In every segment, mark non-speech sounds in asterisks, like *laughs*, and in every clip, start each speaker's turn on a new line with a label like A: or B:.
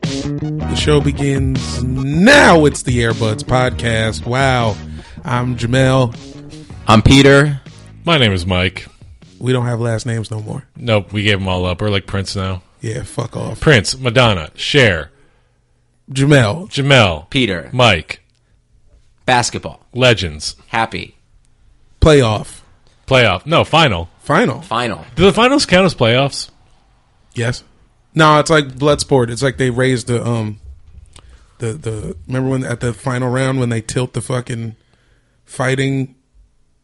A: The show begins now. It's the Airbuds Podcast. Wow. I'm Jamel.
B: I'm Peter.
C: My name is Mike.
A: We don't have last names no more.
C: Nope, we gave them all up. We're like Prince now.
A: Yeah, fuck off.
C: Prince, Madonna, Cher,
A: Jamel.
C: Jamel,
B: Peter.
C: Mike,
B: Basketball.
C: Legends,
B: Happy.
A: Playoff.
C: playoff. No, final.
A: Final.
B: Final.
C: Do the finals count as playoffs?
A: Yes. No, it's like blood sport. It's like they raised the um the the remember when at the final round when they tilt the fucking fighting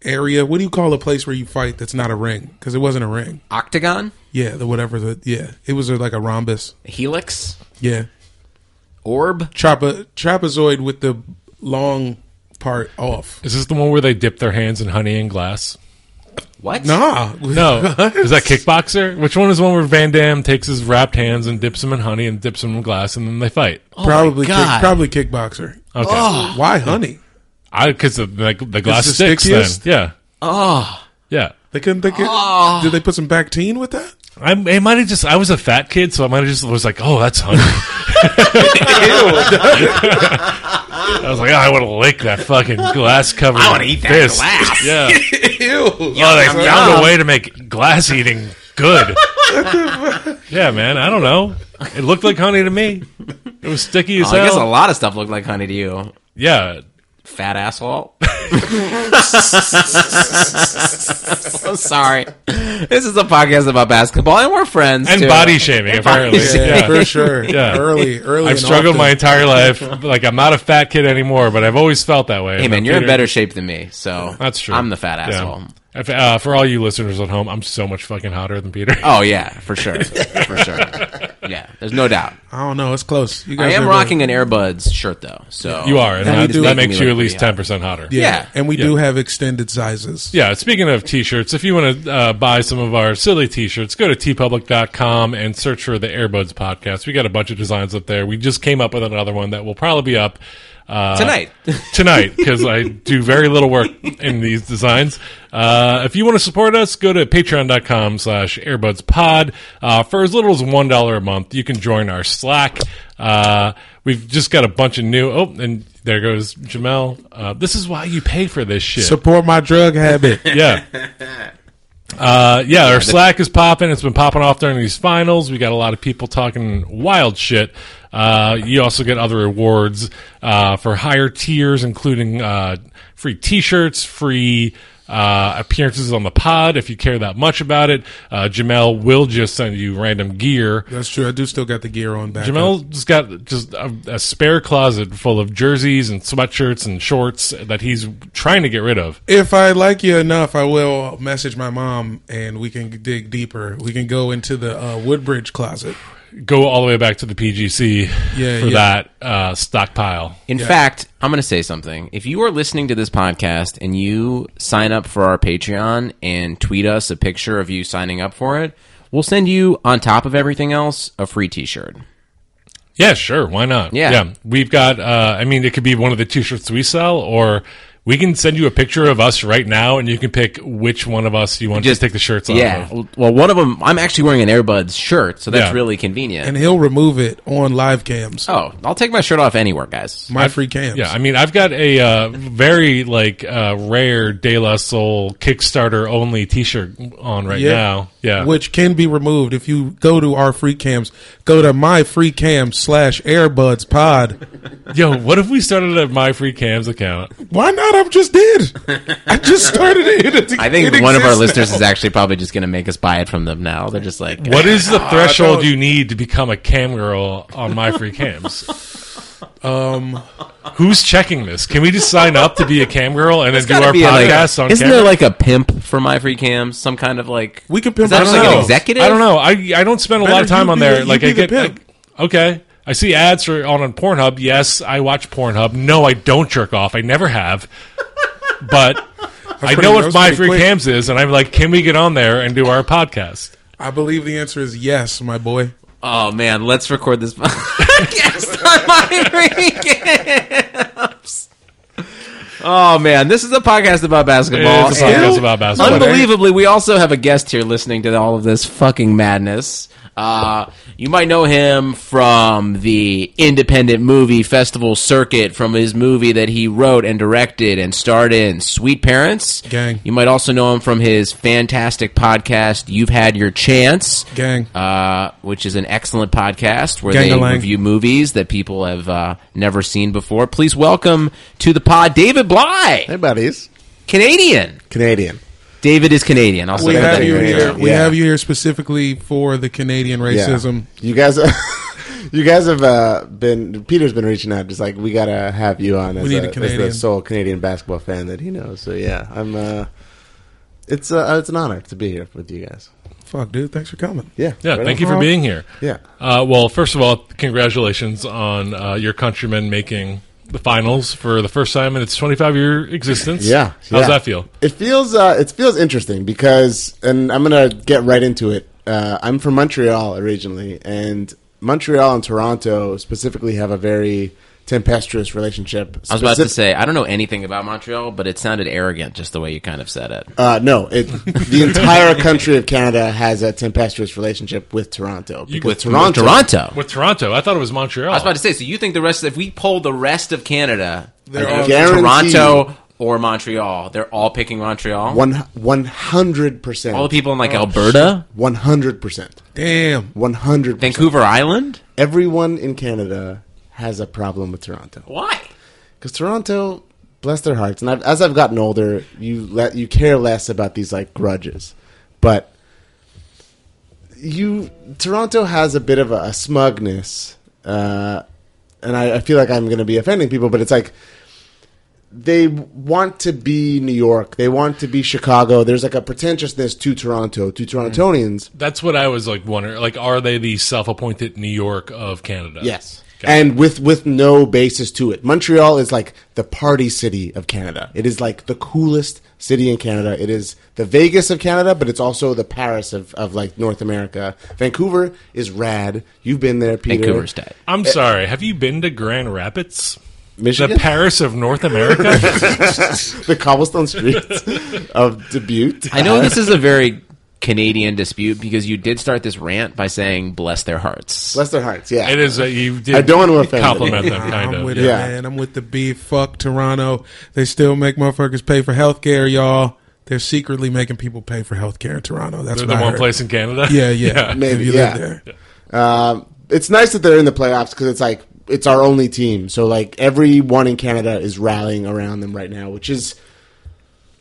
A: area. What do you call a place where you fight that's not a ring? Because it wasn't a ring.
B: Octagon.
A: Yeah, the whatever the yeah. It was uh, like a rhombus.
B: Helix.
A: Yeah.
B: Orb.
A: Trape- trapezoid with the long part off.
C: Is this the one where they dip their hands in honey and glass?
B: What? *laughs*
A: Nah.
C: No. is that Kickboxer? Which one is the one where Van Damme takes his wrapped hands and dips them in honey and dips them in glass and then they fight?
A: Oh probably
B: my
A: kick,
B: God.
A: probably kickboxer.
C: Okay.
B: Oh.
A: Why honey?
C: I because the, the, the glass
A: It's the
C: sticks
A: stickiest?
C: then. Yeah.
B: Oh.
C: Yeah.
A: They couldn't think it.
C: Oh.
A: Did they put some Bactine with that?
C: I, I might have just I was a fat kid, so I might have just was like, oh, that's
B: *laughs*
C: honey. I was like, oh, I want to lick that fucking glass covered. I want to
B: eat that glass. *laughs*
C: Yeah.
A: Ew.
C: oh, they
B: yum,
C: found
B: yum.
C: a way to make glass eating good. yeah, man. I don't know. It looked like honey to me. It was sticky as
B: Well, Oh, I guess a
C: hell.
B: lot of stuff looked like honey to you.
C: Yeah.
B: Fat asshole. *laughs* so sorry. This is a podcast about basketball, and we're friends.
C: And
B: too.
C: body shaming apparently.
B: body
A: Yeah,
B: shaming.
C: Yeah. *laughs*
A: for sure.
C: Yeah.
A: Early, early.
C: I've
A: and
C: struggled
A: often.
C: my entire life. Like I'm not a fat kid anymore, but I've always felt that way.
B: Hey man,
C: But
B: you're in
C: Peter-
B: better shape than me, so
C: That's true.
B: I'm the fat
C: Yeah.
B: asshole.
C: If, uh, for all you listeners at home, I'm so much fucking hotter than Peter.
B: Oh yeah, for sure, for sure. Yeah, there's no doubt.
A: I don't know. It's close. You
B: I am
A: are
B: rocking an Airbuds shirt though, so
C: *laughs* you are, and
A: we
C: that,
A: do-
C: that
B: making
C: makes
B: me
C: you at
B: look
C: least
B: pretty
C: ten percent hotter.
A: Yeah.
B: Yeah.
A: and we
C: Yeah.
A: do have extended sizes.
C: Yeah, Speaking of t-shirts, if you want to uh, buy some of our silly t-shirts, go to tpublic.com and search for the Airbuds podcast. We got a bunch of designs up there. We just came up with another one that will probably be up uh,
B: Tonight.
C: *laughs* tonight, because I do very little work in these designs. Uh, if you want to support us, go to patreon.com slash airbudspod. Uh, for as little as $1 a month, you can join our Slack. Uh, we've just got a bunch of new... Oh, and there goes Jamel. Uh, this is why you pay for this shit.
A: Support my drug habit.
C: *laughs* yeah. Uh, yeah, our Slack is popping. It's been popping off during these finals. We got a lot of people talking wild shit. Uh, you also get other awards uh, for higher tiers, including uh, free T-shirts, free uh, appearances on the pod if you care that much about it. Uh, Jamel will just send you random gear.
A: That's true. I do still got the gear on back. up.
C: Jamel's got just a, a spare closet full of jerseys and sweatshirts and shorts that he's trying to get rid of.
A: If I like you enough, I will message my mom, and we can dig deeper. We can go into the uh, Woodbridge closet.
C: go all the way back to the PGC
A: Yeah,
C: for
A: yeah.
C: that uh, stockpile.
B: In fact, I'm going to say something. If you are listening to this podcast and you sign up for our Patreon and tweet us a picture of you signing up for it, we'll send you, on top of everything else, a free t shirt.
C: Yeah, sure. Why not?
B: Yeah.
C: We've got, uh, I mean, it could be one of the t shirts we sell, or we can send you a picture of us right now and you can pick which one of us you want
B: Just-
C: to take the shirts off
B: Yeah.
C: of.
B: Well, one of them, I'm actually wearing an Airbuds shirt, so that's
C: Yeah.
B: really convenient.
A: and he'll remove it on live cams.
B: oh, I'll take my shirt off anywhere, guys.
A: my free cams.
C: Yeah, I mean, I've got a uh, very like uh, rare De La Soul Kickstarter only T-shirt on right
A: Yeah.
C: now. Yeah,
A: which can be removed if you go to our free cams. Go to my free cam slash Airbuds Pod.
C: yo, what if we started a My Free Cams account?
A: Why not what I just did. I just started it. It-
B: I think
A: it
B: one of our
A: exists
B: listeners
A: now.
B: is actually probably just going to make us buy it from them now. They're just like,
C: What
A: *laughs*
C: is the threshold
A: don't-
C: you need to become a cam girl on my free cams? um, who's checking this? Can we just sign up to be a cam girl and then do
B: gotta
C: our
B: be a, like-
C: podcast on?
B: Isn't
C: camera?
B: there like a pimp for my free cams? Some kind of like
A: We could pimp
B: Is that
A: our
B: just
A: own.
B: like
A: No.
B: an executive?
C: I don't know. I I don't spend a lot
A: Better
C: of time
A: you
C: on
A: be
C: there.
A: the- you
C: like
A: be
C: I
A: the
C: get like,
A: pimp.
C: okay. I see ads for on, on Pornhub. Yes, I watch Pornhub. No, I don't jerk off. I never have. But I
A: pretty-
C: know
A: that
C: what
A: was
C: my
A: pretty
C: free
A: quick.
C: cams is, and I'm like, can we get on there and do our podcast?
A: I believe the answer is yes, my boy.
B: Oh man, let's record this *laughs* podcast on my free cams. Oh man, this is a podcast about basketball.
C: It is a podcast
B: And
C: about basketball.
B: Unbelievably, we also have a guest here listening to all of this fucking madness. Uh, you might know him from the independent movie festival circuit, from his movie that he wrote and directed and starred in, Sweet Parents.
A: Gang.
B: You might also know him from his fantastic podcast, You've Had Your Chance
A: Gang.
B: uh, which is an excellent podcast where
A: Gangalang.
B: they review movies that people have uh, never seen before. Please welcome to the pod David Bly,
D: Hey, buddies.
B: Canadian.
D: Canadian.
B: David is Canadian. I'll say
A: we
D: they
A: have
D: think
A: you
D: they
A: here.
D: are.
A: We
D: Yeah.
A: have you here specifically for the Canadian racism.
D: You guys, *laughs* you guys have uh, been. Peter's been reaching out. Just like we gotta have you on as,
A: need a
D: a, as
A: Canadian.
D: the sole Canadian basketball fan that he knows. So yeah, I'm. Uh, it's uh, it's an honor to be here with you guys.
A: Fuck, dude. Thanks for coming.
D: Yeah.
C: Yeah,
D: Right
C: thank
D: on.
C: you for being here.
D: Yeah.
C: Uh, well, first of all, congratulations on uh, your countrymen making the finals for the first time in its 25 year existence.
D: Yeah.
C: How's
D: yeah.
C: that feel?
D: It feels uh, it feels interesting because, and I'm gonna get right into it. Uh, I'm from Montreal originally, and Montreal and Toronto specifically have a very tempestuous relationship.
B: I was about to
D: Specif-
B: say I don't know anything about Montreal, but it sounded arrogant just the way you kind of said it.
D: Uh, no, it,
B: *laughs*
D: the entire country of Canada has a tempestuous relationship with Toronto. Because
B: With Toronto, Toronto.
C: With Toronto, I thought it was Montreal.
B: I was about to say. So you think the rest? Of, if we poll the rest of Canada,
A: They're
B: I
A: all-
B: think
D: Guaranteed.
B: Toronto or Montreal, they're all picking Montreal.
D: one one hundred percent,
B: all the people in like Alberta,
D: one hundred percent,
A: Damn.
D: one hundred.
B: Vancouver Island.
D: Everyone in Canada has a problem with Toronto
B: Why?
D: because Toronto, bless their hearts, and I've, as I've gotten older, you let you care less about these like grudges, but you Toronto has a bit of a, a smugness, uh, and I, I feel like I'm going to be offending people, but it's like they want to be New York, they want to be Chicago. There's like a pretentiousness to Toronto, to Torontonians.
C: That's what I was like wondering. Like, are they the self-appointed New York of Canada?
D: Yes. And with with no basis to it. Montreal is like the party city of Canada. It is like the coolest city in Canada. It is the Vegas of Canada, but it's also the Paris of, of like North America. Vancouver is rad. You've been there, Peter.
B: Vancouver's dead.
C: I'm sorry. Have you been to Grand Rapids,
D: Michigan?
C: the Paris of North
D: *laughs*
C: America?
D: the cobblestone streets
B: *laughs*
D: of Dubuque.
B: I know this is
D: *laughs*
B: a very Canadian dispute because you did start this rant by saying "bless their hearts."
D: Bless their hearts, yeah.
C: it is. Uh, you did.
D: I don't want to offend
C: compliment them.
A: Nah,
C: Kind
A: I'm
C: of.
A: with
C: Yeah.
A: it,
D: Yeah.
A: man. I'm with the beef. Fuck Toronto. They still make motherfuckers pay for healthcare, y'all. They're secretly making people pay for healthcare in Toronto. That's
C: They're
A: what
C: the
A: I
C: one
A: heard.
C: place in Canada.
A: Yeah, yeah.
D: Maybe,
A: If you
D: yeah.
A: live there.
D: Um, it's nice that they're in the playoffs because it's like it's our only team. So like everyone in Canada is rallying around them right now, which is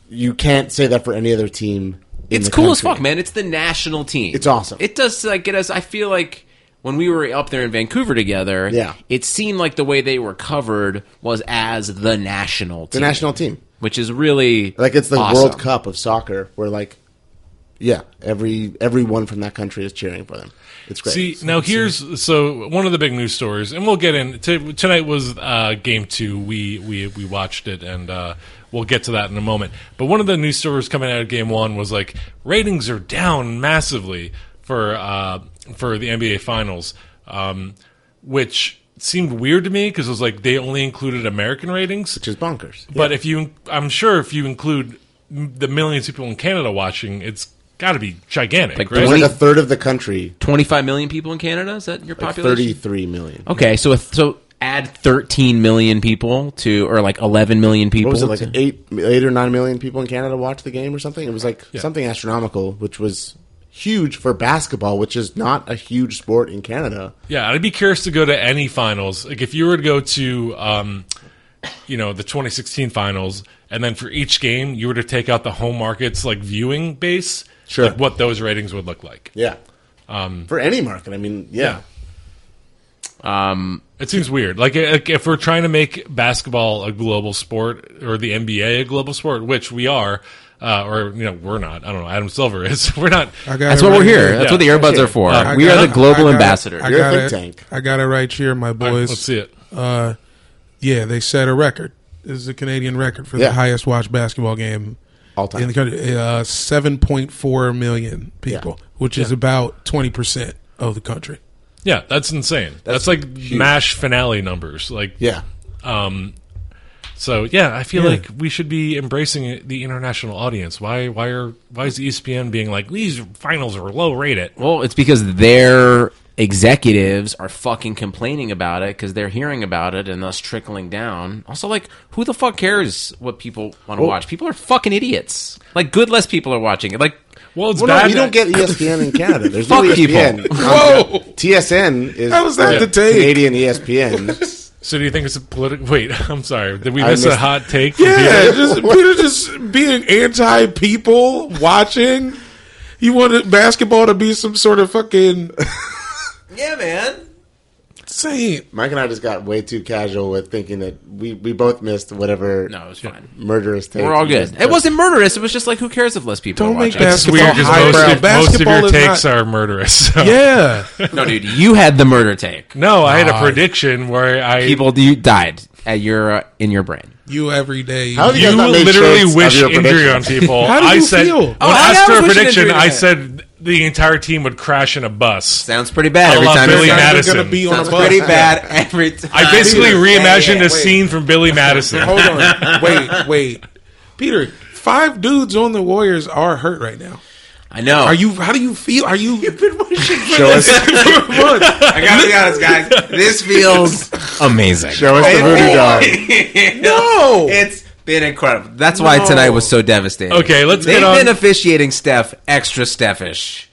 D: you can't say that for any other team. in
B: It's
D: the
B: cool as
D: country.
B: fuck, man. It's the national team.
D: It's awesome.
B: It does like get us. I feel like when we were up there in Vancouver together,
D: Yeah.
B: it seemed like the way they were covered was as the national
D: The
B: team,
D: national team,
B: which is really
D: like it's the
B: awesome.
D: World Cup of soccer, where like yeah, every everyone from that country is cheering for them. It's great.
C: See, now here's so one of the big news stories, and we'll get in. T- tonight was uh, game two. We we we watched it, and uh, we'll get to that in a moment. But one of the news stories coming out of game one was like ratings are down massively for uh, for the NBA Finals, um, which seemed weird to me because it was like they only included American ratings.
D: which is bonkers.
C: But if you, I'm sure if you include m- the millions of people in Canada watching, it's got to be gigantic,
B: Like,
C: right?
D: It's like a third of the country,
B: Twenty-five million people in Canada. Is that your
D: like
B: population?
D: thirty-three million.
B: Okay, so so add thirteen million people to, or like eleven million people.
D: what was it like
B: to-
D: eight eight or nine million people in Canada watched the game or something? It was like
C: Yeah.
D: something astronomical, which was huge for basketball, which is not a huge sport in Canada.
C: Yeah, I'd be curious to go to any finals. Like if you were to go to um, you know the 2016 finals, and then for each game you were to take out the home markets like viewing base,
D: Sure.
C: like, what those ratings would look like.
D: Yeah. Um, For any market, I mean, yeah.
C: It seems weird. Like, uh, like, if we're trying to make basketball a global sport or the NBA a global sport, which we are, uh, or you know we're not. I don't know. Adam Silver is. *laughs* We're not.
A: I got
B: That's
A: it
B: what
A: right
B: we're here.
A: here.
B: That's what the earbuds are for.
A: I
B: we
A: got
B: are
A: it.
B: the global
A: I got it.
B: ambassador.
A: I
D: You're a
A: got
D: think
A: it.
D: tank.
A: I got it right here, my
C: All right,
A: boys.
C: let's see it.
A: Uh, yeah, they set a record. This is a Canadian record for
D: Yeah.
A: the highest watched basketball game
D: All time.
A: in the country. Uh, Seven point four million people, which is about twenty percent of the country.
C: Yeah, that's insane. That's, like Mash finale numbers. Like,
D: Yeah.
C: Um, so yeah, I feel
A: Yeah.
C: like we should be embracing the international audience. Why? Why are? Why is E ESPN being like these finals are low rated?
B: Well, it's because their executives are fucking complaining about it because they're hearing about it and thus trickling down. Also, like, who the fuck cares what people want to watch? People are fucking idiots. Like, good less people are watching it. Like,
C: Well, it's
D: Well,
C: bad.
D: no, you don't
C: that-
D: get E ESPN in Canada. There's E
B: Fuck
D: no ESPN.
B: people.
D: Whoa! TSN is
A: How was that the take?
D: Canadian E ESPN.
C: so do you think it's a political? Wait, *laughs* I'm sorry. Did we
D: I
C: miss a
D: missed-
C: hot take? from
A: Yeah,
C: Peter?
A: just Peter just being anti people watching. You wanted basketball to be some sort of fucking
B: yeah, man.
A: saint.
D: Mike and I just got way too casual with thinking that we, we both missed whatever
B: No, it was fine.
D: murderous take.
B: We're all
D: we
B: good.
D: missed.
B: It wasn't murderous. It was just like, who cares if less people
A: Don't
B: are
A: make
B: watching?
C: It's
A: basketball
C: weird
A: highbrow.
C: because most, most of
A: Basketball
C: your
A: is
C: takes
A: not-
C: are murderous. *laughs* so-
A: Yeah,
B: No, dude, you had the murder take.
C: No, I had a prediction where I
B: People, you died at your uh, in your brain.
A: you every day.
D: How do you
C: you
D: guys not make
C: literally
D: shirts of
C: wish
D: your
C: injury
D: prediction?
C: on
A: *laughs*
C: people.
A: How do
C: I
A: you
C: said
A: feel?
C: when
A: Oh,
B: I
C: asked for
B: was
C: a
B: wishing
C: prediction,
B: injury
C: I
B: to
C: said the entire team would crash in a bus.
B: Sounds pretty bad
C: I
B: every
C: love
B: time.
C: Billy
B: you say it.
A: You're
C: Madison.
A: gonna be on a
B: Sounds
A: bus.
B: pretty *laughs* bad every time.
C: I basically
D: Peter,
C: reimagined
D: yeah, yeah,
C: a
D: wait.
C: scene
B: *laughs*
C: from Billy
B: Oh
C: Madison.
A: Hold on. Wait, wait. Peter, five dudes on the Warriors are hurt right now.
B: I know.
A: Are you? How do you feel? Are you? You've been wishing for
D: Show us,
B: I gotta be honest, guys. *laughs* This feels *laughs* amazing.
D: show us the voodoo
B: *laughs*
D: dog.
A: No.
B: It's been incredible. That's why tonight was so devastating.
C: Okay, let's
B: They've
C: get on-
B: been officiating Steph extra Stephish,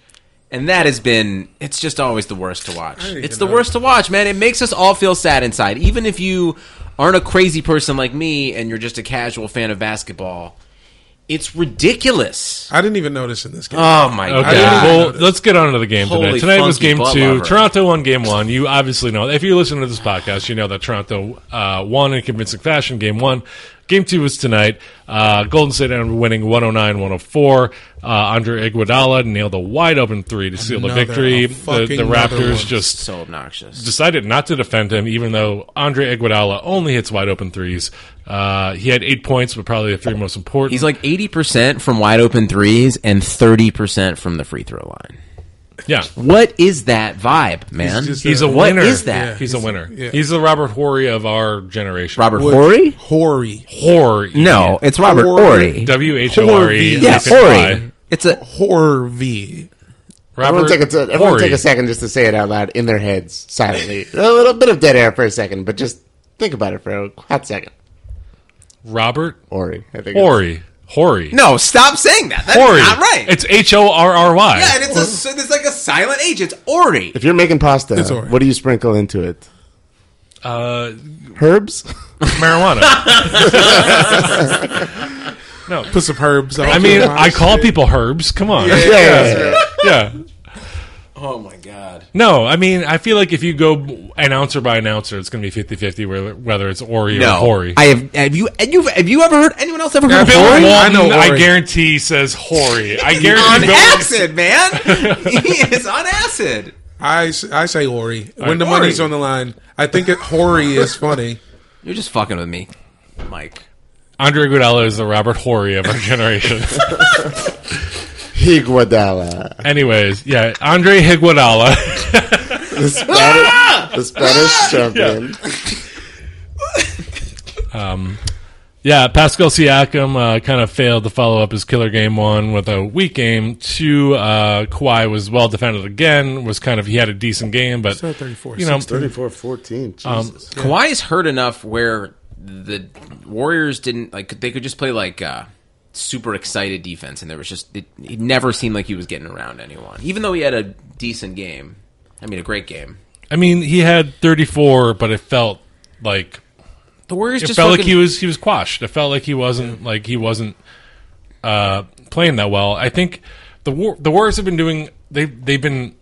B: and that has been. It's just always the worst to watch. It's the worst to watch, man. It makes us all feel sad inside, even if you aren't a crazy person like me and you're just a casual fan of basketball. It's ridiculous.
A: I didn't even notice in this game.
C: Uh,
B: Oh my
C: Okay,
B: god!
C: well, let's get on to the game
B: Holy
C: tonight. Tonight was
B: funky
C: game
B: butt
C: two.
B: lover.
C: Toronto won game one. You obviously know. If you listen to this podcast, you know that Toronto uh, won in convincing fashion game one. Game two was tonight. Uh, Golden State ended up winning 109 104. Uh, Andre Iguodala nailed a wide open three to seal the
A: Another-
C: victory.
A: a
C: The,
A: fucking
C: the
A: another
C: Raptors
A: one.
C: just
B: so obnoxious.
C: decided not to defend him, even though Andre Iguodala only hits wide open threes. Uh, he had eight points, but probably the three most important.
B: He's like eighty percent from wide open threes and thirty percent from the free throw line.
C: yeah,
B: What is that vibe, man?
A: just
C: he's a
A: What
C: winner.
B: What is that?
A: Yeah.
C: He's, a winner.
A: yeah.
C: He's the Robert Horry of our generation.
B: Robert
A: Wood.
B: Horry?
A: Horry.
C: Horry.
B: No, it's Robert Horry.
C: W H O R E.
B: Yeah,
C: F N Y.
B: Horry. It's a
A: Horvy.
C: Robert
D: Everyone take, a, everyone
C: Horry.
D: take a second just to say it out loud in their heads, silently. *laughs* a little bit of dead air for a second, but just think about it for a hot second.
C: Robert
D: Ori, I think. it's-
C: Horry. Horry.
B: no. Stop saying that. That's
C: Horry.
B: not right.
C: It's H O R R Y.
B: yeah, and it's a so it's like a silent H. It's Ori.
D: If you're making pasta,
A: It's Ori.
D: what do you sprinkle into it?
C: Uh,
D: Herbs?
B: *laughs*
C: marijuana. no.
A: Put some herbs.
C: I mean, I call people herbs. Come on.
D: yeah.
C: *laughs* yeah.
B: Oh my god.
C: No, I mean, I feel like if you go announcer by announcer, it's going to be 50 50 whether, whether it's Ori
B: No,
C: or Hori.
B: I have. Have you? And you? Have you ever heard anyone else ever heard
C: Bill
B: Horry?
C: Walton, I,
A: I know Ori.
C: guarantee, says Hori. I
B: *laughs* On
C: guarantee. Bill-
B: acid,
C: *laughs*
B: man. he is on acid.
A: I, s- I say Ori. When the
B: Horry.
A: money's on the line, I think it, Horry
C: *laughs*
A: is funny.
B: You're just fucking with me, Mike.
C: Andre Iguodala is the Robert Hori of our *laughs* generation.
D: Higuadala.
C: Anyways, yeah, Andre Higuadala.
D: The Spanish, the Spanish champion.
C: *laughs* yeah, Pascal Siakam uh, kind of failed to follow up his killer game one with a weak game. Two, uh, Kawhi was well defended again. Was kind of he had a decent game, but
A: So 34,
C: you know,
D: 34 14. Jesus.
B: Kawhi is hurt enough where the Warriors didn't like they could just play like uh, super excited defense, and there was just it, it never seemed like he was getting around anyone, even though he had a decent game. I mean, a great game.
C: I mean, he had 34, but it felt like
B: The Warriors
C: It
B: just
C: felt like
B: fucking-
C: he was he was quashed. It felt like he wasn't like he wasn't uh, playing that well. I think the war, the Warriors have been doing they they've been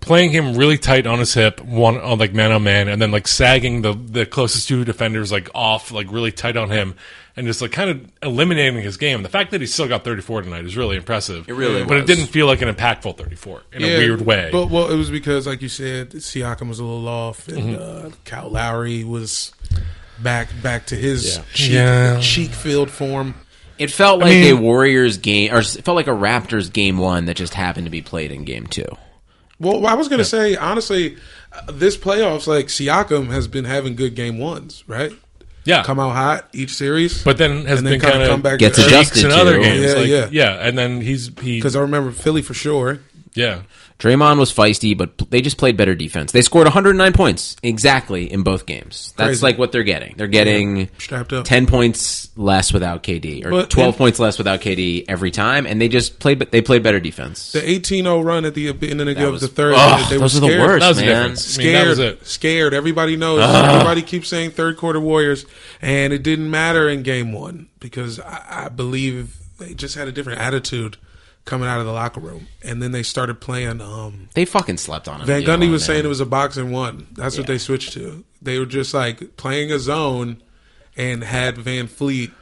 C: playing him really tight on his hip, one on like man on man, and then like sagging the the closest two defenders like off like really tight on him, and just like kind of eliminating his game. The fact that he still got 34 tonight is really impressive. It
B: really
C: but
B: was.
C: it didn't feel like an impactful 34 in a weird way.
A: But well, it was because, like you said, Siakam was a little off, and
C: Mm-hmm.
A: uh, Kyle Lowry was back back to his
D: Yeah.
A: cheek
C: Yeah.
A: cheek filled form.
B: It felt like a
C: mean-
B: Warriors game, or it felt like a Raptors game one that just happened to be played in game two.
A: Well, I was gonna say honestly, uh, this playoffs like Siakam has been having good game ones, right?
C: yeah,
A: Come out hot each series,
C: Uh. But then has
A: and then
C: been kind of
A: come back
B: Gets
A: to earth.
B: adjusted.
C: cheeks in
B: to.
C: other games.
A: Yeah,
C: like,
A: yeah.
C: and then he's he
A: Because I remember Philly for sure.
C: yeah.
B: Draymond was feisty, but p- they just played better defense. They scored 109 points exactly in both games. That's
A: Crazy.
B: like what they're getting. They're getting
A: strapped up.
B: 10 points less without KD, or
A: But
B: 12
A: in-
B: points less without KD every time, and they just played. But they played better defense.
A: The 18-0 run at the uh, beginning of
B: was-
A: the third.
B: Ugh,
A: they were
B: those are the
A: scared.
B: worst,
C: That was the
B: man.
C: difference. I mean,
A: Scared,
C: that was it. Ah.
A: scared. Everybody knows. Everybody keeps saying third quarter Warriors, and it didn't matter in game one because I, I believe they just had a different attitude coming out of the locker room, and then they started playing. Um,
B: They fucking slept on him.
A: Van
B: you know,
C: oh,
A: Gundy was
B: man.
A: saying it was a box and one. That's what they switched to. They were just like playing a zone, and had Van Fleet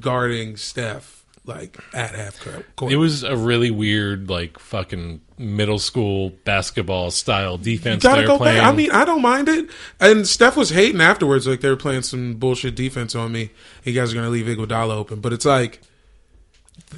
A: guarding Steph like at half court.
C: It was a really weird, like fucking middle school basketball style defense.
A: Gotta
C: they
A: go
C: were playing.
A: back. I mean, I don't mind it. And Steph was hating afterwards, like they were playing some bullshit defense on me. You guys are gonna leave Iguodala open, but it's like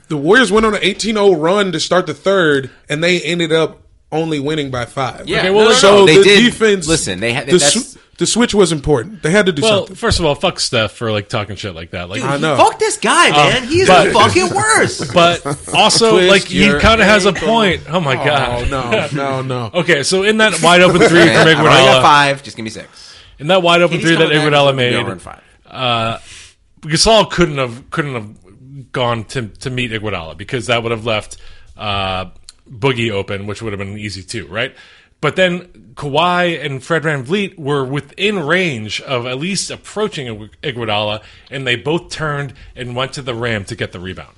A: the Warriors went on an 18-0 run to start the third, and they ended up only winning by five.
B: Yeah,
C: Okay, well, no, no,
A: so
C: no,
A: the defense.
B: Listen, they had
A: the,
B: that's,
A: sw- the switch was important. They had to do
C: well,
A: something.
C: first of all, fuck Steph for like talking shit like that. Like,
A: I know. Uh,
E: Fuck this guy, man. He's
C: but-
E: the fucking
A: *laughs*
E: worst.
C: but also
A: Twist
C: like he
A: your
C: kind of has a
A: ankle.
C: point. Oh my god.
A: no, no, no.
C: *laughs* Okay, so in that wide
A: *laughs*
C: open three
B: I
C: from
B: already got
C: Iguodala,
B: five. Just give me six.
C: in that wide open
B: KD's
C: three that
B: coming back,
C: Iguodala
B: he's gonna be over in
C: made,
B: five.
C: uh, Gasol couldn't have couldn't have gone to to meet Iguodala because that would have left uh, Boogie open, which would have been easy too, right? But then Kawhi and Fred Van Vliet were within range of at least approaching Igu- Iguodala, and they both turned and went to the rim to get the rebound.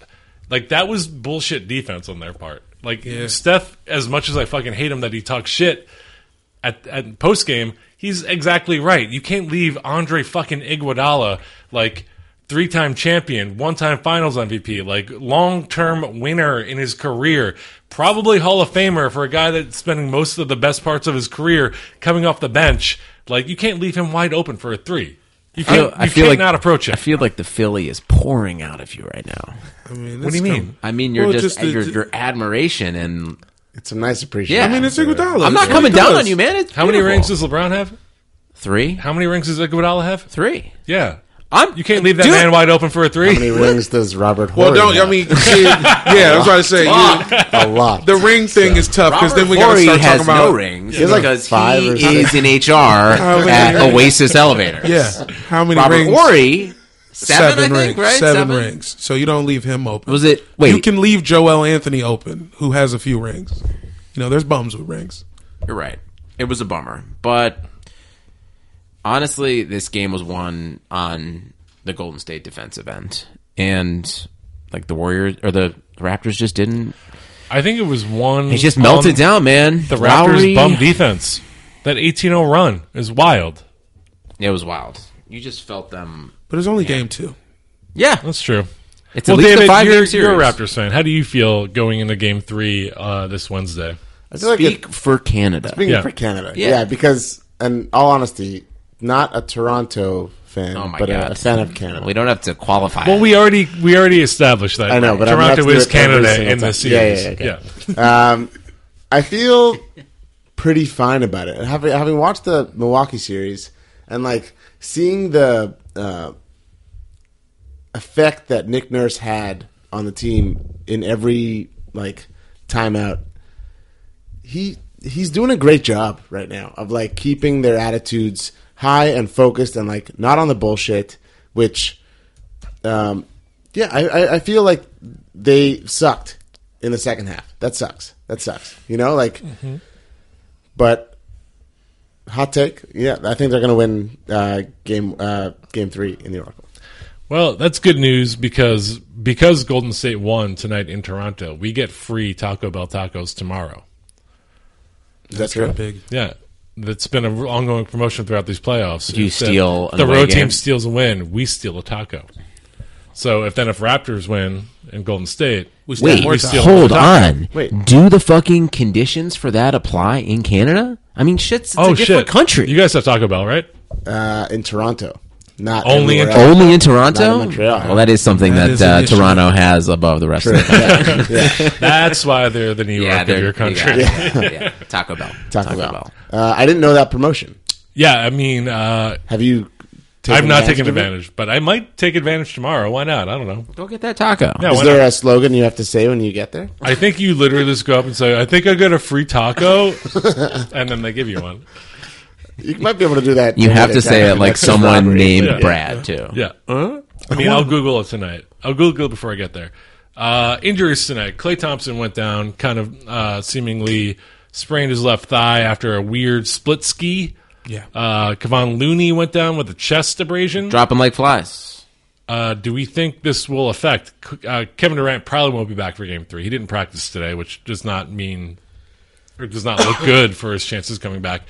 C: Like that was bullshit defense on their part. Like Steph, as much as I fucking hate him that he talks shit, at, at post game, he's exactly right. You can't leave Andre fucking Iguodala like three time champion, one time Finals MVP, like long term winner in his career, probably Hall of Famer for a guy that's spending most of the best parts of his career coming off the bench. Like you can't leave him wide open for a three. You
B: I,
C: can't.
B: I
C: you
B: feel
C: can't
B: like
C: not approach
B: I
C: it.
B: feel like the Philly is pouring out of you right now.
A: I mean,
C: What do you
A: it's
C: mean?
B: I mean, you're
A: Well,
B: just,
A: just the-
B: your, your admiration, and
D: It's a nice
B: Yeah.
D: appreciation.
B: I mean,
A: It's Iguodala.
B: I'm not
A: It's
B: coming down
A: ridiculous.
B: on you, man. It's
C: How many
B: beautiful.
C: rings does LeBron have?
B: Three,
C: How many rings does Iguodala have?
B: three.
C: Yeah.
B: I'm.
C: You can't leave that
B: Dude,
C: man wide open for a three.
D: How many rings does Robert
A: Well,
D: Horry
A: don't. I
B: *laughs*
D: have?
A: mean, see, yeah, I was about to say you,
D: a lot.
A: the ring thing is tough because
B: Robert
A: then we got to
B: Horry
A: start
B: has
A: talking about
B: no rings
D: He has like
B: because
D: five or
B: he is
D: six.
B: in HR
A: *laughs*
B: at
A: many
B: Oasis Elevator.
A: Yeah, how many
B: Robert
A: rings?
B: Horry, seven, I
A: rings.
B: think, right?
A: Seven, rings. So you don't leave him open.
B: Was it? Wait,
A: You can leave Joel Anthony open, who has a few rings. You know, there's bums with rings.
B: You're right. It was a bummer, but honestly, this game was won on the Golden State defensive end, and like the Warriors or the Raptors just didn't.
C: I think it was one.
B: They just melted
C: on-
B: down, man.
C: The
B: Lowry-
C: Raptors
D: *sighs*
C: bum defense. That 18-0 run is wild.
B: It was wild. You just felt them.
A: But it's only game two.
B: Yeah,
C: That's true.
B: it's
C: Well,
B: at least
C: David,
B: a five
C: you're,
B: game series.
C: you're a Raptors fan. How do you feel going into Game Three uh, this Wednesday?
D: I feel like it-
B: Speak for Canada.
D: Speaking
C: Yeah.
D: for Canada,
B: Yeah.
D: yeah. because in all honesty, not a Toronto fan,
B: Oh my
D: but a-
B: god,
D: a fan of Canada.
B: We don't have to qualify.
C: Well, we already we already established that.
D: I know, but I'm gonna have to
C: Toronto
D: do
C: is
D: it every
C: Canada
D: single
C: in this
D: time. Yeah, yeah,
C: series.
D: yeah, okay. *laughs* um,
C: *laughs*
D: I feel pretty fine about it. And having having watched the Milwaukee series and like seeing the uh, effect that Nick Nurse had on the team in every like timeout, he he's doing a great job right now of like keeping their attitudes high and focused and like not on the bullshit, which um, yeah, I, I, I feel like they sucked in the
C: Mm-hmm.
D: second half. That sucks. That sucks. You know, like, but Hot take. Yeah, I think they're going to win uh, game uh, game three in the Oracle.
C: Well, that's good news because because Golden State won tonight in Toronto, we get free Taco Bell tacos tomorrow.
D: Is that true?
A: Big.
C: Yeah, that's been an ongoing promotion throughout these playoffs.
B: you
C: It's that
B: steal an
C: the
B: away
C: road
B: game.
C: team steals a win, we steal a taco. So if then if Raptors win and Golden State, we
A: steal more
C: steal
A: tacos.
B: Hold on.
D: Wait.
B: Do the fucking conditions for that apply in Canada? I mean, shit's it's
C: Oh
B: a different
C: shit!
B: country.
C: You guys have Taco
B: *laughs*
C: Bell, right?
D: Uh, in Toronto, not
C: Only in
D: everywhere else.
B: Only in Toronto.
D: Not in Montreal.
B: Well, that is something
A: That
B: that,
A: is an
B: uh,
A: issue.
B: Toronto has above the rest of the country.
C: That's why they're the New York of your country. Yeah,
B: yeah, *laughs* yeah. Taco Bell.
D: Taco, Bell. Uh, I didn't know that promotion.
C: I mean, uh,
D: Have you?
C: I've not taken
D: of it?
C: advantage, but I might take advantage tomorrow. Why not? I don't know.
B: Go get that taco.
C: Yeah,
D: Is
C: why
D: there
C: not?
D: a slogan you have to say when you get there?
C: I think you literally just go up and say, "I think I got a free taco,"
B: *laughs*
C: and then they give you one.
D: You might be able to do that.
B: You
D: during
B: have
D: the
B: to say
D: time.
B: it like
D: That's
B: someone
D: *laughs* robbery.
B: named
C: Yeah.
B: Brad too.
C: Yeah. I mean, I'll Google it tonight. I'll Google it before I get there. Uh, injuries tonight. Clay Thompson went down, kind of uh, seemingly sprained his left thigh after a weird split ski.
A: Yeah.
C: Uh, Kevon Looney went down with a chest abrasion.
B: Dropping like flies.
C: Uh, do we think this will affect uh, Kevin Durant? Probably won't be back for Game Three. He didn't practice today, which does not mean or does not *coughs* look good for his chances coming back.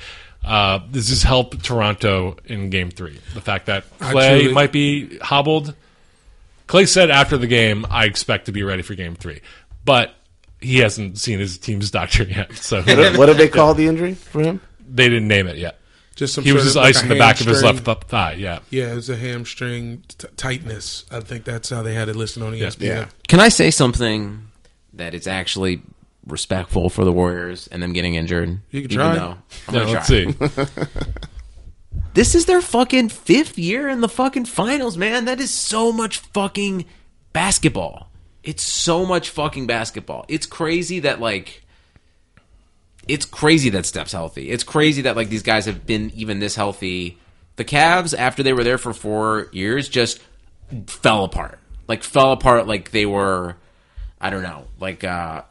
C: Uh, does this help Toronto in Game Three? The fact that Clay
A: Actually-
C: might be hobbled. Clay said after the game, "I expect to be ready for Game Three, but he hasn't seen his team's *laughs* doctor yet, so *laughs*
D: What did they call the injury for him?
C: they didn't name it yet.
A: Just some
C: He was
A: sort
C: just
A: of, like,
C: ice
A: a
C: in the back of his
A: hamstring.
C: left th- thigh. Yeah,
A: Yeah, it was a hamstring t- tightness. I think that's how they had it listed on E ESPN.
D: Yeah.
B: Can I say something that is actually respectful for the Warriors and them getting injured?
A: You can
B: Even
A: try.
B: though- I'm
C: yeah.
B: gonna
C: Let's
B: try.
C: *laughs* see.
B: This is their fucking fifth year in the fucking finals, man. That is so much fucking basketball. It's so much fucking basketball. It's crazy that like it's crazy that Steph's healthy. It's crazy that like these guys have been even this healthy. The Cavs, after they were there for four years, just fell apart. Like fell apart like they were I don't know, like uh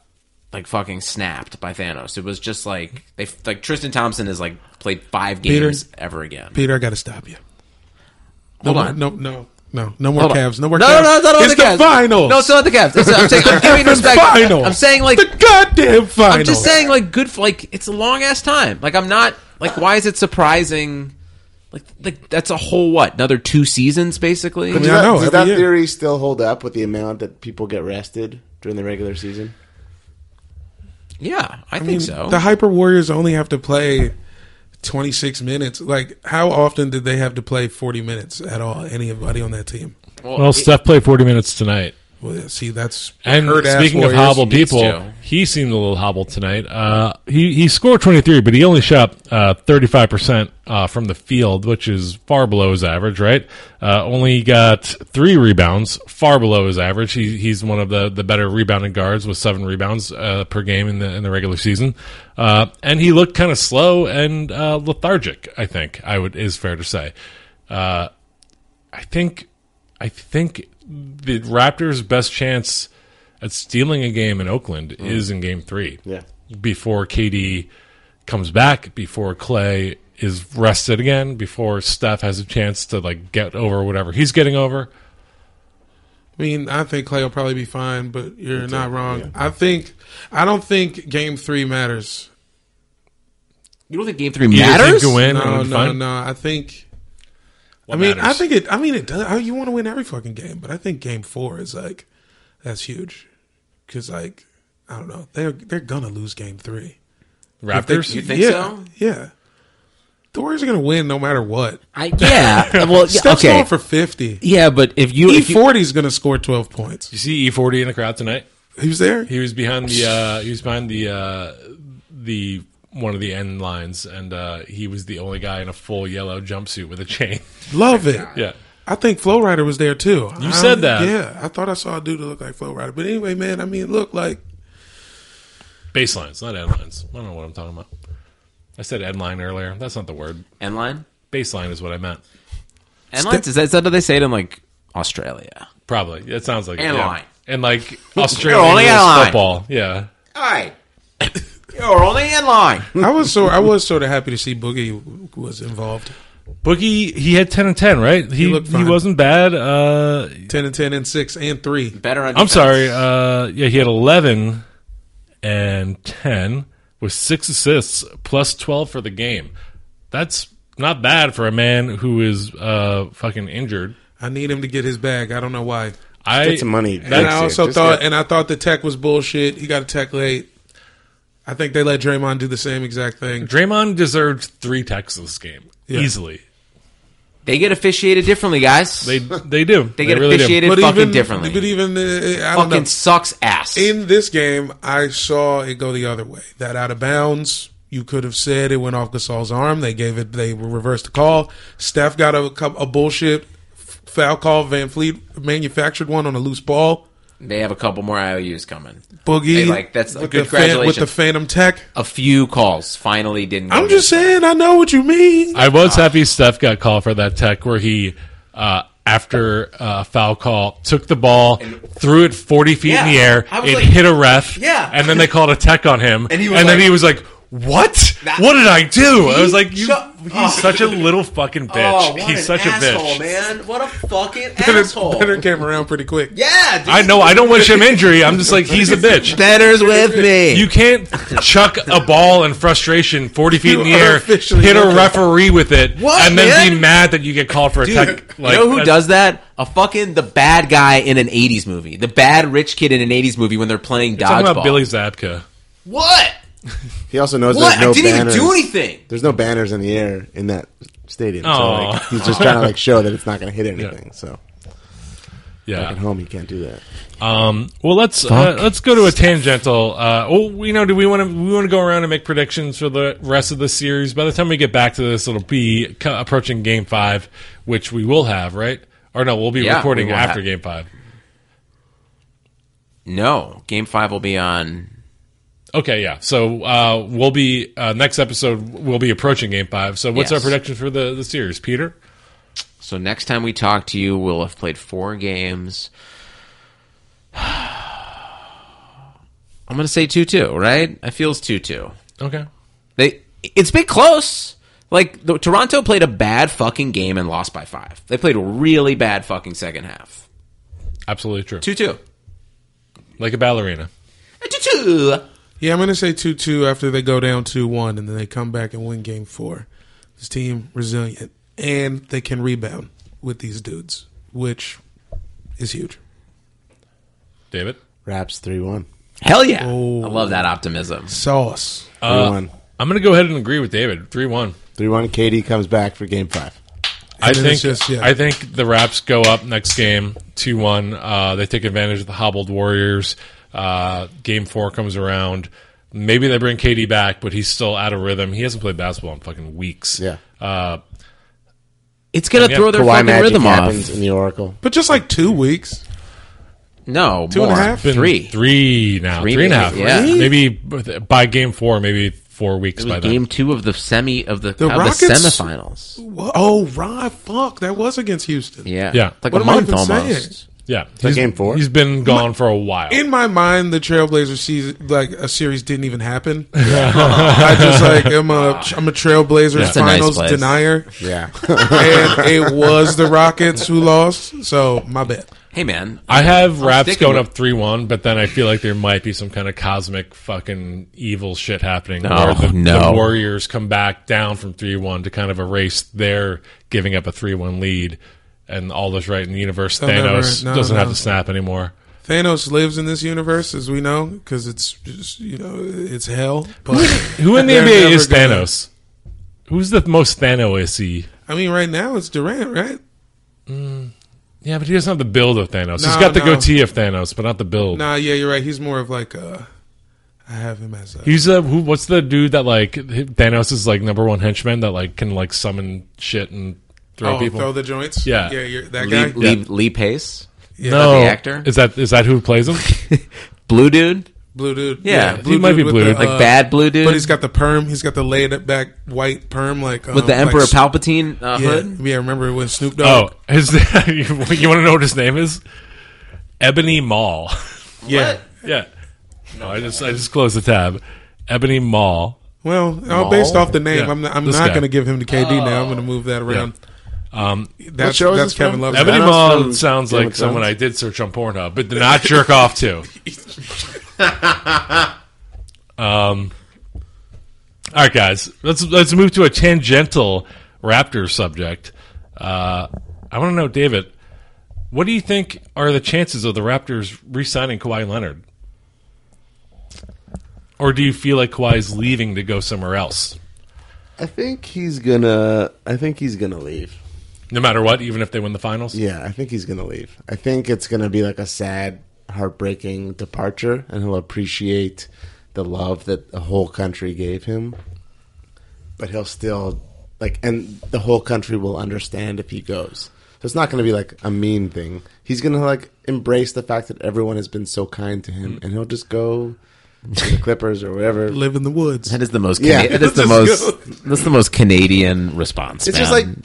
B: like fucking snapped by Thanos. It was just like they like Tristan Thompson has like played five
A: Peter-
B: games ever again.
A: Peter, I got to stop you.
B: Hold
A: no,
B: on.
A: No, no, no, no more
B: Hold on.
A: Cavs. No more.
B: No,
A: Cavs.
B: no, no, no,
A: It's
B: the Cavs.
A: finals.
B: No, it's not the Cavs. It's, uh, I'm, saying, I'm
A: *laughs*
B: giving respect.
A: finals.
B: I'm saying like
A: the goddamn finals.
B: I'm just saying like good for like it's a long ass time. Like I'm not like why is it surprising? Like like that's a whole what another two seasons basically.
D: Does
A: I
D: that,
A: know,
D: does
A: every
D: that
A: year.
D: theory still hold up with the amount that people get rested during the regular season?
B: Yeah, I, think
A: I mean,
B: so.
A: The Hyper Warriors only have to play 26 minutes. Like, how often did they have to play 40 minutes at all? Anybody on that team?
C: well, Steph played forty minutes tonight.
A: Well, yeah, see, that's
C: And
A: hurt-ass
C: speaking of
A: Warriors.
C: hobbled
B: he needs
C: people,
B: to.
C: he seemed a little hobbled tonight. Uh, he he scored twenty three, but he only shot thirty five percent uh, from the field, which is far below his average. Right? Uh, only got three rebounds, far below his average. He, he's one of the, the better rebounding guards with seven rebounds uh, per game in the in the regular season. Uh, and he looked kind of slow and uh, lethargic. I think I would is fair to say. Uh, I think I think the Raptors' best chance at stealing a game in Oakland
A: Mm.
C: is in Game Three.
D: Yeah.
C: Before KD comes back, before Clay is rested again, before Steph has a chance to like get over whatever he's getting over.
A: I mean, I think Clay will probably be fine, but you're not wrong. I think, I don't think Game Three matters.
B: you don't think Game Three
C: Either
B: matters?
C: think you win or
A: No,
C: you
A: no,
C: find-
A: no. I think. I mean, I
C: matters?
A: think it. I mean, it does. I, you want to win every fucking game, but I think Game Four is like that's huge because like I don't know they're they're gonna lose Game Three. If they-
C: Raptors.
B: You think
A: yeah,
B: so?
A: Yeah. The Warriors are gonna win no matter what.
B: I,
A: *laughs*
B: yeah. Well, yeah,
A: Steph's
B: okay.
A: going for fifty.
B: yeah, but if you,
A: E
B: if you
A: forty is gonna score twelve points.
C: you see E forty in the crowd tonight.
A: He was there.
C: He was behind the uh, he was behind the uh, the one of the end lines, and uh, he was the only guy in a full yellow jumpsuit with a chain. *laughs*
A: Love it.
C: yeah.
A: I think Flow Rider was there too.
C: You
A: I-
C: said that.
A: Yeah, I thought I saw a dude that looked like Flow Rider. But anyway, man, I mean, look like
C: Baselines, not endlines. I don't know what I'm talking about. I said endline earlier. That's not the word.
B: end line,
C: Baseline is what I meant.
B: end line is that, is that how they say it in like Australia?
C: Probably. It sounds like it, yeah.
D: *laughs*
B: Endline.
C: And like
B: You're
C: Australian
B: only
C: rules
B: endline.
C: football. Yeah.
B: All right. You're only in line.
A: I was so I was sort of happy to see Boogie was involved.
C: Boogie, he had ten and ten, right? He he,
A: looked fine.
C: wasn't bad. Uh,
A: Ten and ten and six and three.
B: Better on
C: I'm
B: defense.
C: sorry. Uh, yeah, he had eleven and ten with six assists plus twelve for the game. That's not bad for a man who is uh, fucking injured.
A: I need him to get his bag. I don't know why.
C: I
D: Get some money.
A: And
D: That's
A: I
D: it.
A: also
D: Just
A: thought,
D: get-
A: and I thought the tech was bullshit. He got a tech late. I think they let Draymond do the same exact thing.
C: Draymond deserved three techs this game easily.
B: They get officiated differently, guys.
C: They they do.
B: They get
C: really do.
B: officiated fucking differently.
A: But even uh, I don't
B: fucking
A: know.
B: sucks ass.
A: In this game, I saw it go the other way. That out of bounds, you could have said it went off Gasol's arm. They gave it. They reversed the call. Steph got a, cou- a bullshit f- foul call. Van Fleet manufactured one on a loose ball.
B: they have a couple more IOUs coming.
A: Boogie,
B: Hey, like, that's a
A: with
B: good
A: the fan- with the
B: congratulations. Oh,
A: Phantom Tech.
B: A few calls finally didn't. go
A: I'm just
B: their way.
A: saying. I know what you mean.
C: I was happy Steph got called for that tech where he, uh, after uh, foul call, took the ball, threw it 40 feet in the
B: Yeah,
C: air,
B: I was
C: it
B: like-
C: hit a ref,
B: Yeah.
C: and then they called a tech on him.
B: And he was
C: then
B: like-
C: he was like, what?
B: That-
C: what did I do? I was like, you,
B: Shut-
C: he's
B: Oh.
C: such a little fucking bitch.
B: *laughs* Oh, what
C: he's
B: an
C: such
B: asshole,
C: a bitch.
B: man. What a fucking *laughs* asshole.
A: Benner, *laughs* Benner came around pretty quick.
B: Yeah, dude.
C: I know. I don't wish him injury. I'm just like, he's a
B: *laughs*
C: bitch.
B: Better's with me. *laughs*
C: You can't chuck a ball in frustration 40 feet in the
A: You are
C: air,
A: officially
C: hit a
A: looking-
C: referee with it,
B: What,
C: and then be
B: man?
C: mad that you get called for a tech. Like,
B: you know who
C: that's-
B: does that? A fucking the bad guy in an '80s movie, the bad rich kid in an '80s movie when they're playing dodgeball.
C: Talking about Billy Zabka.
B: What?
D: He also knows
B: What?
D: there's no
B: I didn't
D: banners.
B: even do anything.
D: There's no banners in the air in that stadium. So
C: Aw.
D: like, he's just trying to like show that it's not going to hit anything. So at
C: Yeah.
D: home, you can't do that.
C: Um, well, let's uh, let's go to a tangential. Uh, oh, you know, do we want to we want to go around and make predictions for the rest of the series? By the time we get back to this, it'll be co- approaching Game Five, which we will have, right? Or no, we'll be
B: Yeah,
C: recording
B: we will
C: after
B: have-
C: Game Five.
B: No, Game Five will be on
C: Okay, yeah. So uh, we'll be uh, next episode. We'll be approaching Game Five. So what's
B: Yes.
C: our prediction for the the series, Peter?
B: So next time we talk to you, we'll have played four games. *sighs* I'm gonna say two two, right? It feels two two.
C: Okay.
B: They it's been close. Like the, Toronto played a bad fucking game and lost by five. They played a really bad fucking second half.
C: Absolutely true.
B: Two two.
C: Like a ballerina.
B: Two two.
A: Yeah, I'm going to say 2 2 after they go down 2 1, and then they come back and win game four. This team, resilient, and they can rebound with these dudes, which is huge.
C: David.
D: Raps three one.
B: Hell yeah! I love that optimism.
A: Sauce.
D: Three one.
C: Uh, I'm going to go ahead and agree with David. Three one.
D: Three one. KD comes back for game five.
C: I
A: then
C: think
A: it's just- yeah.
C: I think the Raps go up next game two one. Uh, they take advantage of the hobbled Warriors. Uh, game four comes around. Maybe they bring KD back, but he's still out of rhythm. He hasn't played basketball in fucking weeks.
D: Yeah.
C: Uh,
B: It's gonna
C: Yeah,
B: throw their
D: Kawhi
B: fucking
D: magic
B: rhythm off.
D: happens in the Oracle.
A: But just like two weeks.
B: No,
A: and a
B: more.
A: half?
C: been
B: three.
C: three now,
B: Three
C: three and a half.
B: maybe, yeah. Really?
C: Maybe b- by game four, maybe four weeks
B: It was
C: by
B: game two of the semi of the,
A: The
B: of the
A: Rockets-
B: semifinals.
A: Wha- Oh, right. Fuck. That was against Houston.
B: Yeah,
C: Yeah.
B: It's like
A: What
B: a
A: am I
B: month
A: even
B: almost.
A: saying?
C: then. Yeah, He's-
D: game four?
C: He's been gone for a while.
A: In my mind, the Trailblazer season, like a series, didn't even
C: *laughs*
A: happen. I just like I'm a I'm a Trailblazers
B: That's a nice
A: finals
B: place.
A: denier,
D: Yeah.
A: and it was the Rockets who lost. So my bet.
B: Hey man,
C: I have Raps
B: sticking
C: going
B: with-
C: up three one, but then I feel like there might be some kind of cosmic fucking evil shit happening
B: No,
C: where the,
B: no.
C: the Warriors come back down from three one to kind of erase their giving up a three one lead and all this right in the universe.
A: They'll
C: Thanos
A: never- no,
C: doesn't have
A: no.
C: to snap anymore.
A: Thanos lives in this universe, as we know, because it's just, you know it's hell. But
C: *laughs* Who in
A: *laughs*
C: the
A: they're
C: NBA
A: never
C: is
A: gonna-
C: Thanos? Who's the most Thanos-y?
A: I mean, right now it's Durant, right?
C: Yeah, but he doesn't have the build of Thanos. He's
A: No,
C: got the
A: no.
C: goatee of Thanos, but not the build.
A: Nah, yeah, you're right. He's more of like a. I have him as a.
C: He's a who? What's the dude that like Thanos is like number one henchman that like can like summon shit and throw
A: Oh,
C: people?
A: throw the joints.
C: Yeah.
A: yeah, you're, that
B: Lee,
A: guy.
B: Lee, Lee Pace, *laughs*
C: no,
B: the actor?
C: Is that is that who
B: *laughs*
C: plays him?
B: blue dude,
A: Blue dude.
B: Yeah,
A: blue
C: he might
A: dude
C: be
A: with
C: blue.
A: the,
B: like
A: uh,
B: bad blue dude,
A: But he's got the perm. He's got the laid back white perm, like um,
B: with the
A: like
B: Emperor
A: s-
B: Palpatine uh,
A: Yeah,
B: hood.
A: yeah. Remember when Snoop
C: oh,
A: Dogg?
C: his *laughs* you, want to know what his name is? Ebony Mall. *laughs*
A: yeah.
C: yeah. No, I just I just closed the tab. Ebony Mall.
A: Well, uh, based off the name,
C: Yeah,
A: I'm not, I'm
C: this
A: not
C: guy. Oh.
A: going to give him to KD now. I'm going to move that around.
C: Um,
A: That's,
D: show is
A: that's
D: this
A: Kevin
D: from?
A: Love's
C: Ebony
D: Thanos
C: Mall
D: from
C: sounds
D: Game
C: like
D: of
C: someone
D: Thrones?
C: I did search on Pornhub, but did not jerk off to. um, all right, guys, let's let's move to a tangential Raptor subject. Uh, I want to know, David, what do you think are the chances of the Raptors re-signing Kawhi Leonard? Or do you feel like Kawhi's leaving to go somewhere else?
D: I think he's gonna. I think he's gonna leave.
C: No matter what, even if they win the finals?
D: Yeah, I think he's gonna leave. I think it's gonna be like a sad, heartbreaking departure, and he'll appreciate the love that the whole country gave him. But he'll still like, and the whole country will understand if he goes. So it's not gonna be like a mean thing. He's gonna like embrace the fact that everyone has been so kind to him, and he'll just go to the Clippers or wherever.
A: Live in the woods.
B: That is the most. Cana-
D: Yeah,
B: that
A: *laughs*
B: is the
A: let's
B: most. That's the most Canadian response.
D: It's just like
B: man.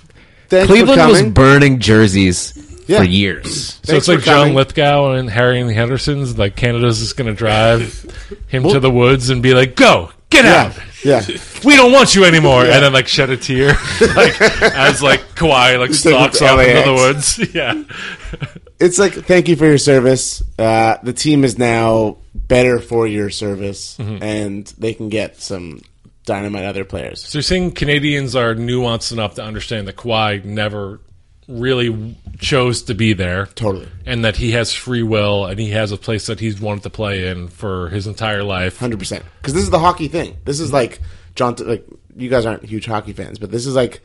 D: thanks for
B: Cleveland was
D: coming.
B: burning jerseys
D: Yeah.
B: for years.
C: So it's
D: Thanks
C: like
D: for coming.
C: John Lithgow and Harry and the Hendersons. Like Canada's just going to
D: *laughs*
C: drive him to the woods and be like, "Go, get
D: Yeah,
C: out.
D: yeah.
C: We don't want you anymore." And then like shed a tear, *laughs* like as like Kawhi like
D: like
C: stalks
D: with
C: off into
D: LAX.
C: the woods. *laughs* Yeah,
D: it's like thank you for your service. Uh, the team is now better for your service, and they can get some dynamite other players.
C: so you're saying Canadians are nuanced enough to understand that Kawhi never really chose to be there,
D: Totally,
C: and that he has free will and he has a place that he's wanted to play in for his entire life.
D: hundred percent. Because this is the hockey thing. This is like John. Like you guys aren't huge hockey fans, but this is like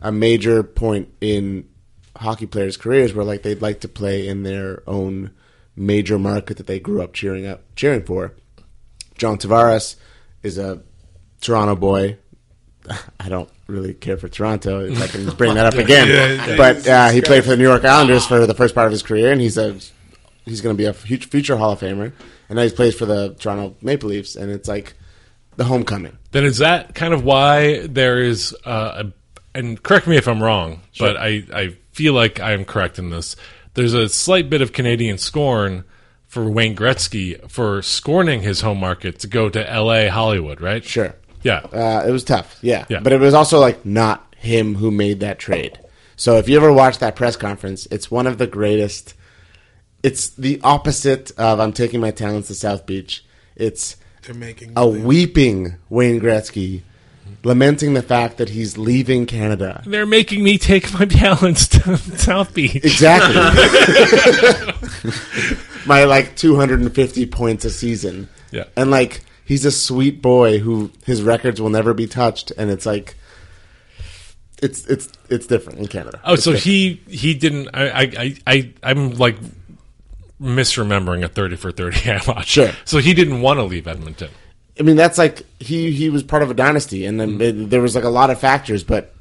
D: a major point in hockey players' careers where like they'd like to play in their own major market that they grew up cheering up cheering for. John Tavares is a Toronto boy. I don't really care for Toronto. If I can bring that up again, but uh, he played for the New York Islanders for the first part of his career, and he's a he's going to be a huge future Hall of Famer. And now he's plays for the Toronto Maple Leafs, and it's like the homecoming.
C: Then is that kind of why there is, uh, a, and correct me if I'm wrong, but I, I feel like I am correct in this. There's a slight bit of Canadian scorn for Wayne Gretzky for scorning his home market to go to L.A. Hollywood, right?
D: Sure,
C: Yeah.
D: uh, it was tough. Yeah.
C: Yeah.
D: but it was also like not him who made that trade. So if you ever watch that press conference, it's one of the greatest. It's the opposite of I'm taking my talents to South Beach. It's
A: They're making
D: a weeping Wayne Gretzky, lamenting the fact that he's leaving Canada.
C: They're making me take my *laughs* balance to South Beach.
D: Exactly.
C: *laughs*
D: *laughs* My like 250 points a season.
C: Yeah.
D: And like he's a sweet boy who his records will never be touched and it's like it's it's it's different in Canada.
C: Oh, so he he didn't. I I I, I I'm like misremembering a thirty for thirty *laughs* I watched.
D: Sure.
C: So he didn't want to leave Edmonton.
D: I mean that's like he he was part of a dynasty and then it- there was like a lot of factors but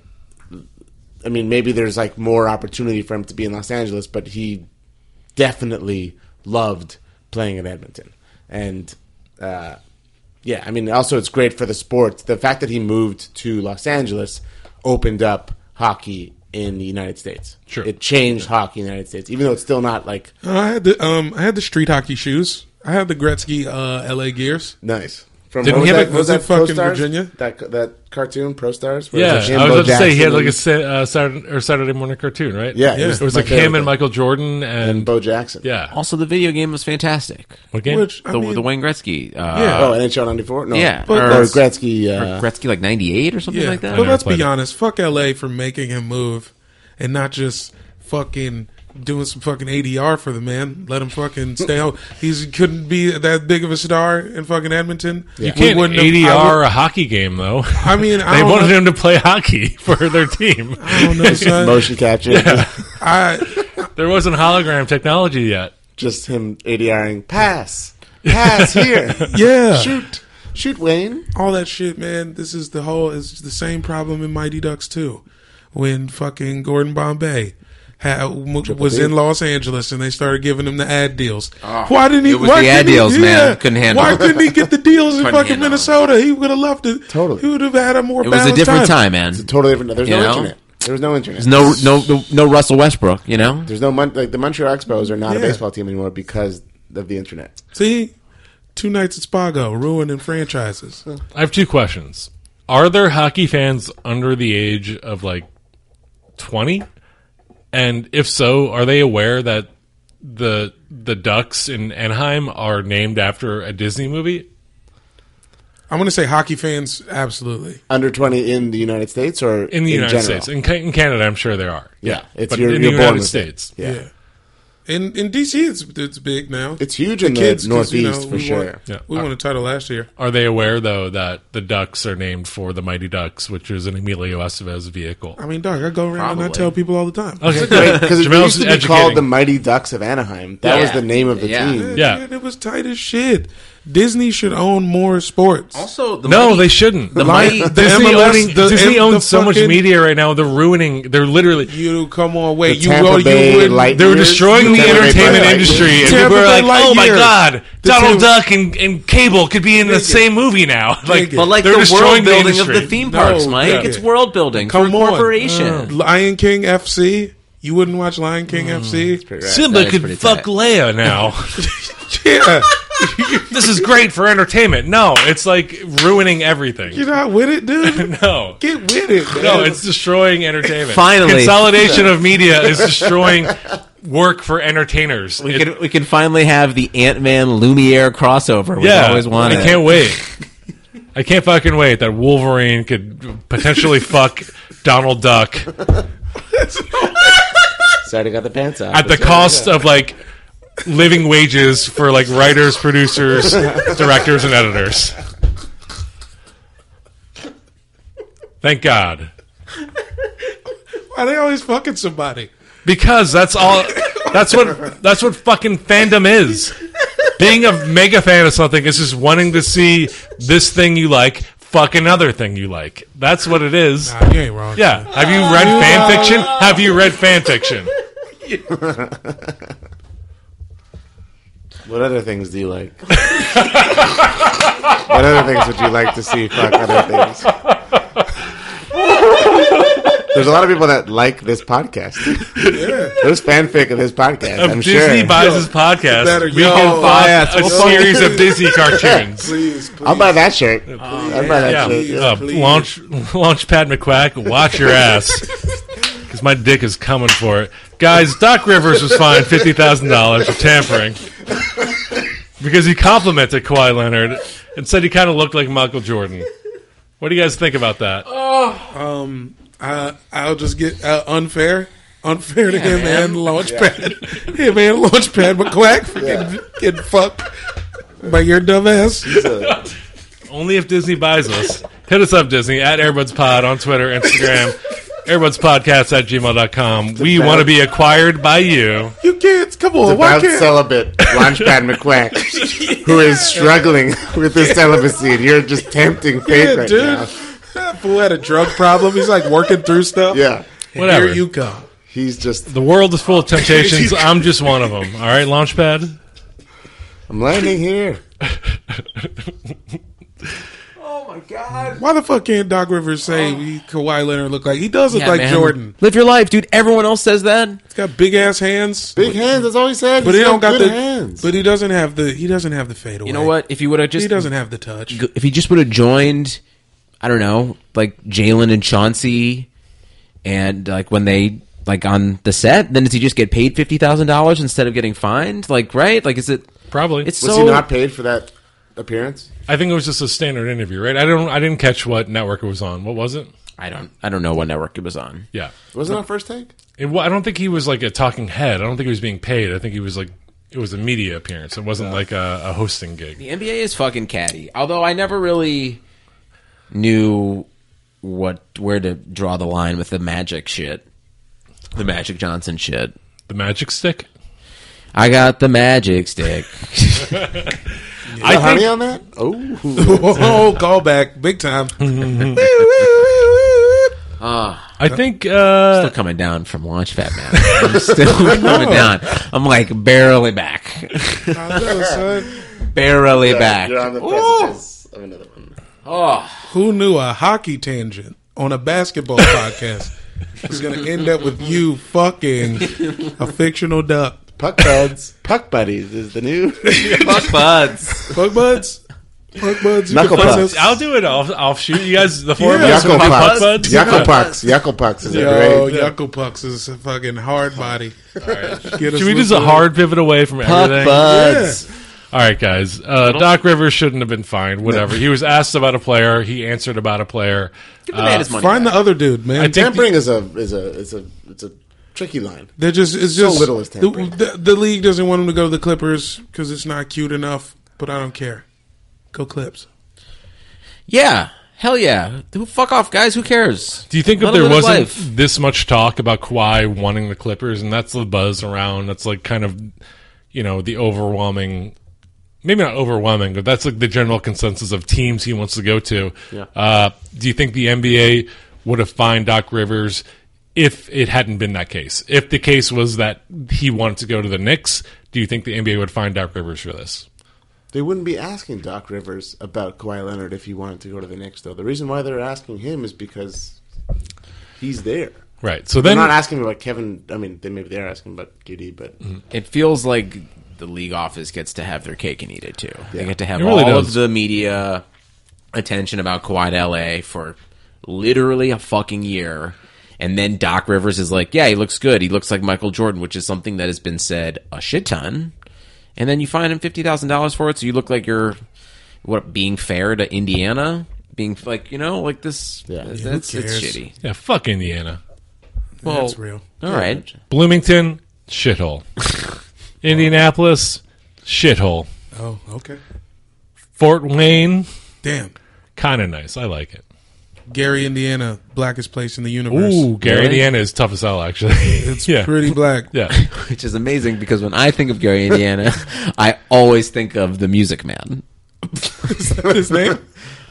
D: I mean maybe there's like more opportunity for him to be in Los Angeles but he definitely loved playing in Edmonton. And uh, yeah, I mean, also it's great for the sport. The fact that he moved to Los Angeles opened up hockey in the United States.
C: Sure.
D: it changed hockey in the United States, even though it's still not like
A: I had the um, I had the street hockey shoes. I had the Gretzky uh, LA gears.
D: nice. From
C: Didn't
D: what
C: he
D: was
C: have a-
D: that, what was
A: was it
D: that Pro
A: fucking
D: Stars?
A: Virginia?
D: That that cartoon Pro Stars. where it
C: Yeah,
D: was
C: I was
D: Jimbo
C: about to say he had
D: Jackson
C: like a
D: and-
C: sa- uh, Saturday or Saturday morning cartoon, right?
D: yeah.
A: Yeah. Oh,
C: it was
D: my
C: like him
D: favorite
C: and Michael Jordan and,
D: thing. Bo Jackson.
C: yeah.
B: Also, the video game was fantastic.
C: What game?
A: Which I
B: the,
A: mean,
B: the Wayne Gretzky, uh,
A: Yeah.
D: Oh, NHL '94. No,
B: Yeah,
D: or,
B: or-
D: Gretzky. Uh,
B: Gretzky like ninety eight or something
A: yeah.
B: like that.
A: But let's
C: played
A: be
C: it.
A: honest. Fuck LA for making him move, and not just fucking doing some fucking ADR for the man. Let him fucking stay home. He's couldn't be that big of a star in fucking Edmonton.
C: You
A: We
C: can't
A: wouldn't have- I
C: ADR
A: would-
C: a hockey
A: *laughs*
C: game though. *laughs*
A: I mean, I
C: they
A: don't
C: wanted
A: know.
C: him to play hockey *laughs* for their team.
A: *laughs* I don't know, son.
D: motion capture.
A: I
C: there wasn't hologram technology yet.
D: just him ADRing pass,
C: *laughs*
D: pass here,
A: yeah.
D: shoot, shoot Wayne.
A: all that shit, man. This is the whole. It's the same problem in Mighty Ducks too, when fucking Gordon Bombay. ha w- was
D: D. Ah,
A: in Los Angeles and they started giving him the ad deals. why didn't he?
B: it was
A: why
B: the ad
A: couldn't he-
B: deals, man. Couldn't handle
A: Why
B: it.
A: couldn't he get the deals in
B: Couldn't
A: fucking
B: handle it.
A: Minnesota? He would have loved it.
D: Totally.
A: He would have had a more.
B: It was a different time, man.
D: Totally different. There's
B: You
D: no
B: know?
D: internet. There was no internet.
B: There's no no no Russell Westbrook. You know,
D: There's no mon- like the Montreal Expos are not a
A: Yeah.
D: baseball team anymore because of the internet.
A: See, Two nights at Spago, ruining franchises.
C: I have two questions. Are there hockey fans under the age of like 20? And if so, are they aware that the the ducks in Anaheim are named after a Disney movie?
A: I'm going to say hockey fans, absolutely.
D: Under 20 in the United States or
C: In the United
D: general?
C: States. In, Ca- in Canada, I'm sure there are.
D: Yeah, it's
C: But
D: you're-
C: in the
D: you're born
C: United
D: with it.
C: States.
D: Yeah.
A: In in DC, it's it's big now.
D: It's huge in the
A: 'cause,
D: Northeast, for
A: we
D: sure.
A: Won,
C: Yeah.
A: We won a title last year.
C: Are they aware though that the ducks are named for the Mighty Ducks, which is an Emilio Estevez vehicle?
A: I mean, dog, I go around and I tell people all the time.
C: Oh, *laughs* Okay.
D: Because it
C: Jamel's
D: used to be
C: educating.
D: called the Mighty Ducks of Anaheim. That was
B: Yeah.
D: the name of the
B: Yeah.
D: team.
C: Yeah.
A: Man, it was tight as shit. Disney should own more sports.
B: Also, the
C: No,
B: mighty-
C: they
B: *laughs*
C: shouldn't.
B: The mighty,
A: The
C: Disney,
A: MLS
C: owning-
A: the-
C: Disney
A: the
C: owns so much
A: fucking-
C: media right now. They're ruining. They're literally.
A: You come on, wait,
D: The
A: you
D: Tampa
A: go,
D: Bay
A: you would
D: Light-
C: They were
D: Years.
C: destroying the
D: Tampa Bay
C: entertainment
D: Lightning.
C: industry, and
A: Tampa
C: people are
A: Bay
C: like, "Oh my
A: Lightyears.
C: god,
A: The
C: Donald
A: Tampa-
C: Duck and, and Cable could be in the
A: Dig it.
C: same movie now." Like,
A: it.
C: they're
A: But
B: but like the
C: destroying
B: world
C: the
B: building of
C: industry.
B: the theme parks,
A: No,
B: Mike.
A: yeah.
B: It's world building
A: Come
B: for a
A: on. Uh,
B: corporation.
A: Lion King FC. You wouldn't watch Lion King
D: Mm,
A: FC?
B: That
C: Simba
B: is
C: could
B: pretty
C: fuck
B: tight.
C: Leia
D: *laughs*
C: now.
A: Yeah.
C: this is great for entertainment. No, it's like ruining everything.
A: You're not with it, dude?
C: *laughs* No.
A: Get with it. Man.
C: No, it's destroying entertainment.
B: Finally.
C: consolidation of media is destroying work for entertainers.
B: We
C: It-
B: could we could finally have the Ant Man Lumiere crossover. We've always wanted.
C: I can't wait. I can't fucking wait that Wolverine could potentially fuck Donald Duck
D: Sorry, I got the pants off.
C: at the cost of like living wages for like writers, producers, directors, and editors. Thank God.
A: Why they always fucking somebody?
C: Because that's all. That's what. That's what fucking fandom is. Being a mega fan of something is just wanting to see this thing you like fuck another thing you like. That's what it is.
A: Nah, you ain't wrong.
C: Yeah. Have you read fan fiction? Have you read fan fiction?
D: What other things do you like? *laughs* what other things would you like to see? Fuck other things. There's a lot of people that like this podcast. There's fanfic of this
C: If
D: podcast. I'm
C: Disney
D: sure. Oh,
C: buys his podcast,
A: better-
C: we
A: yo,
C: can
A: my
C: buy
A: ass
C: a
A: will-
C: series of Disney cartoons.
A: Please, please.
D: I'll buy that shirt. I'll buy that
C: Yeah,
D: shirt.
C: uh,
A: please.
C: launch *laughs* launch Pat McQuack. Watch your ass, *laughs* because my dick is coming for it, guys. Doc Rivers was fined fifty thousand dollars for tampering because he complimented Kawhi Leonard and said he kind of looked like Michael Jordan. What do you guys think about that?
A: Um, I, I'll just get uh, unfair. Unfair to him and Launchpad. *laughs* Him and Launchpad McQuack for getting, getting fucked by your dumb ass.
C: Only if Disney buys us. Hit us up, Disney, at Airbuds Pod on Twitter, Instagram, airbudspodcast at gmail.com. We want to be acquired by you.
A: You kids, come on. Why
D: About
A: can't
D: celibate Launchpad McQuack, who is struggling with his celibacy, and you're just tempting fate
A: Yeah,
D: right
A: dude.
D: now.
A: That fool had a drug problem. He's like working through stuff.
D: Yeah,
C: Whatever.
A: Here you come.
D: he's just.
C: the world is full of temptations. I'm just one of them. All right, Launchpad?
D: I'm landing here.
A: Why the fuck can't Doc Rivers say we Kawhi Leonard look like he does look
B: Oh. Yeah,
A: like
B: man.
A: Jordan?
B: Live your life, dude. Everyone else says that.
A: He's got big ass hands,
D: Big hands. That's all he said.
A: but he
D: He's
A: don't got the
D: good hands.
A: But he doesn't have the he doesn't have the fade away.
B: You know what? If you would have
A: He
B: just
A: doesn't have the touch.
B: if he just would have joined, I don't know, like Jalen and Chauncey, and like when they like on the set, then does he just get paid fifty thousand dollars instead of getting fined? Like, right? Like, is it?
C: Probably.
B: It's
D: Was
B: so.
D: he not paid for that appearance?
C: I think it was just a standard interview, right? I don't. I didn't catch what network it was on. What was it?
B: I don't. I don't know what network it was on.
C: Yeah.
D: Wasn't that first take?
C: It, wa- I don't think he was like a talking head. I don't think he was being paid. I think he was like it was a media appearance. It wasn't like a, a hosting gig.
B: The NBA is fucking catty. Although I never really knew what where to draw the line with the Magic shit, the Magic Johnson shit.
C: The magic stick.
B: I got the Magic
D: *laughs*
B: stick.
C: I
D: The honey
C: think-
D: on that? Oh,
A: *laughs* oh, call back big
B: *laughs*
A: time.
C: I think. Uh,
B: still coming down from launch, fat man. I'm
D: *laughs*
B: still coming down. I'm like barely back, *laughs* barely back.
D: You're on the precipice of another one.
A: Who knew a hockey tangent on a basketball *laughs* podcast was going to end up with you fucking a fictional duck?
D: Puck buds, puck buddies is
A: *laughs*
D: the new
B: Fuck buds.
A: Bug buds. Bug buds. you can
D: Knuckle
A: find
D: pucks.
A: us-
C: I'll do it off offshoot. You guys, the four of us will
D: Yuckle
C: do puck
D: pucks.
C: buds.
D: Yuckle pucks. Yuckle pucks is
A: Yo,
D: great.
A: Yuckle Pucks is a fucking hard body. Get us
C: Should we just a
A: looking-
C: hard pivot away from everything?
B: buds.
C: All right, guys. Uh, Doc Rivers shouldn't have been fined. Whatever. he was asked about a player. He answered about a player.
B: Give the
D: Uh,
B: man his money.
A: Find the other dude, man.
C: I think
D: Tampering is a is a is a it's a tricky line.
A: They're just it's just
D: little is
A: the,
D: tampering.
A: the, the league doesn't want him to go to the Clippers because it's not cute enough. But I don't care. Go Clips.
B: Yeah. Hell yeah. Who- Fuck off, guys. Who cares?
C: Do you think if
B: Let him
C: there
B: live his
C: wasn't
B: life.
C: this much talk about Kawhi wanting the Clippers, and that's the buzz around, that's like kind of, you know, the overwhelming, maybe not overwhelming, but that's like the general consensus of teams he wants to go to. Uh, do you think the NBA would have fined Doc Rivers if it hadn't been that case? If the case was that he wanted to go to the Knicks, do you think the NBA would fine Doc Rivers for this?
D: They wouldn't be asking Doc Rivers about Kawhi Leonard if he wanted to go to the Knicks, though. The reason why they're asking him is because he's there.
C: Right. So
D: They're
C: then
D: not asking about Kevin. I mean, they maybe they're asking about KD, but
C: Mm-hmm.
B: it feels like the league office gets to have their cake and eat it too. They get to have
C: It really
B: all
C: does.
B: of the media attention about Kawhi to LA for literally a fucking year. And then Doc Rivers is like, yeah, he looks good. He looks like Michael Jordan, which is something that has been said a shit ton. And then you find him $50,000 for it. So you look like you're, what, being fair to Indiana? Being like, you know, like this. Yeah. That's, it's
A: cares?
B: shitty.
C: yeah, fuck Indiana.
B: Well,
C: Oh.
A: That's real.
B: All right.
C: Bloomington,
B: *laughs*
C: shithole. Indianapolis, shithole.
A: Oh, okay.
C: Fort Wayne,
A: Damn.
C: kind of nice. I like it.
A: Gary, Indiana, blackest place in the universe.
C: Ooh, Gary,
B: Really?
C: Indiana is tough as hell, actually.
A: it's
C: *laughs* yeah.
A: pretty black.
C: Yeah.
B: which is amazing because when I think of Gary Indiana, *laughs* I always think of the Music
C: *laughs*
B: Man.
A: His name?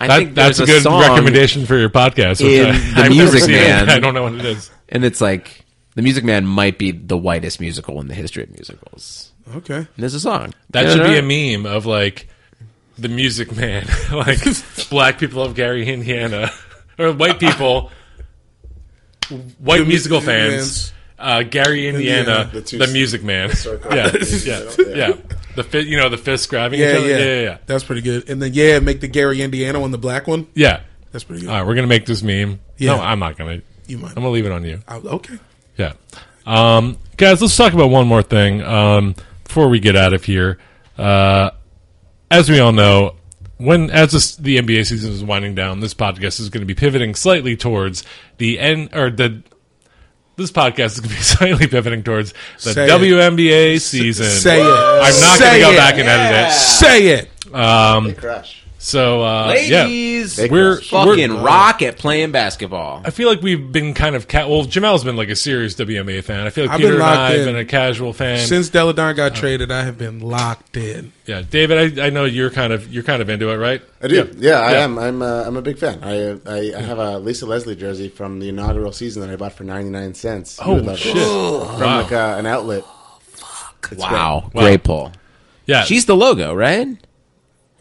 B: I
C: That,
B: think
C: that's
B: there's
C: a good
B: song,
C: recommendation for your podcast. which
B: in
C: I-
B: The
C: I've never
B: Music
C: seen it.
B: Man.
C: *laughs* I don't know what it is.
B: and it's like the Music Man might be the whitest musical in the history of musicals.
A: Okay.
B: And there's a song
C: That should be a meme of like the Music Man, *laughs* like black people of Gary, Indiana, or white people, white musical
A: Music
C: fans. Uh, Gary, Indiana,
A: Indiana,
C: the,
D: the two-
C: Music Man. yeah, yeah, yeah. The fi- you know the fist grabbing
A: Yeah,
C: each other.
A: yeah,
C: Yeah, yeah, yeah.
A: That's pretty good. And then yeah, make the Gary, Indiana one the black one.
C: yeah.
A: That's pretty good.
C: All right, we're gonna make this meme.
A: Yeah.
C: No, I'm not gonna.
A: You might.
C: I'm gonna leave it on you.
A: I- okay.
C: Yeah. Um, guys, let's talk about one more thing um, before we get out of here. Uh, as we all know, when as this, the NBA season is winding down, this podcast is going to be pivoting slightly towards the end or the. This podcast is going to be *laughs* slightly pivoting towards the
A: Say it.
C: WNBA season.
A: Say it.
C: I'm not going to
A: Say
C: go
A: it.
C: back and edit it.
A: Say it.
D: they crash.
C: So, uh, yeah.
B: Ladies,
D: They
C: We're,
D: crash.
C: we're
B: fucking rock at playing basketball.
C: I feel like we've been kind of ca- well. Jamel's been like a serious WNBA fan. I feel like
A: I've been
C: Peter and
A: locked
C: I have
A: in.
C: been a casual fan
A: Since Deladon got traded, I have been locked in.
C: Yeah, David, I, I know you're kind of you're kind of into it, right?
D: I do. Yeah, I
C: Yeah.
D: am. I'm. Uh, I'm a big fan. I, uh, I I have a Lisa Leslie jersey from the inaugural season that I bought for 99 cents. You would
C: Oh
D: love it.
C: shit!
D: From
C: Wow.
D: like uh, an outlet.
B: Wow, great pull.
C: Yeah,
B: She's the logo, right?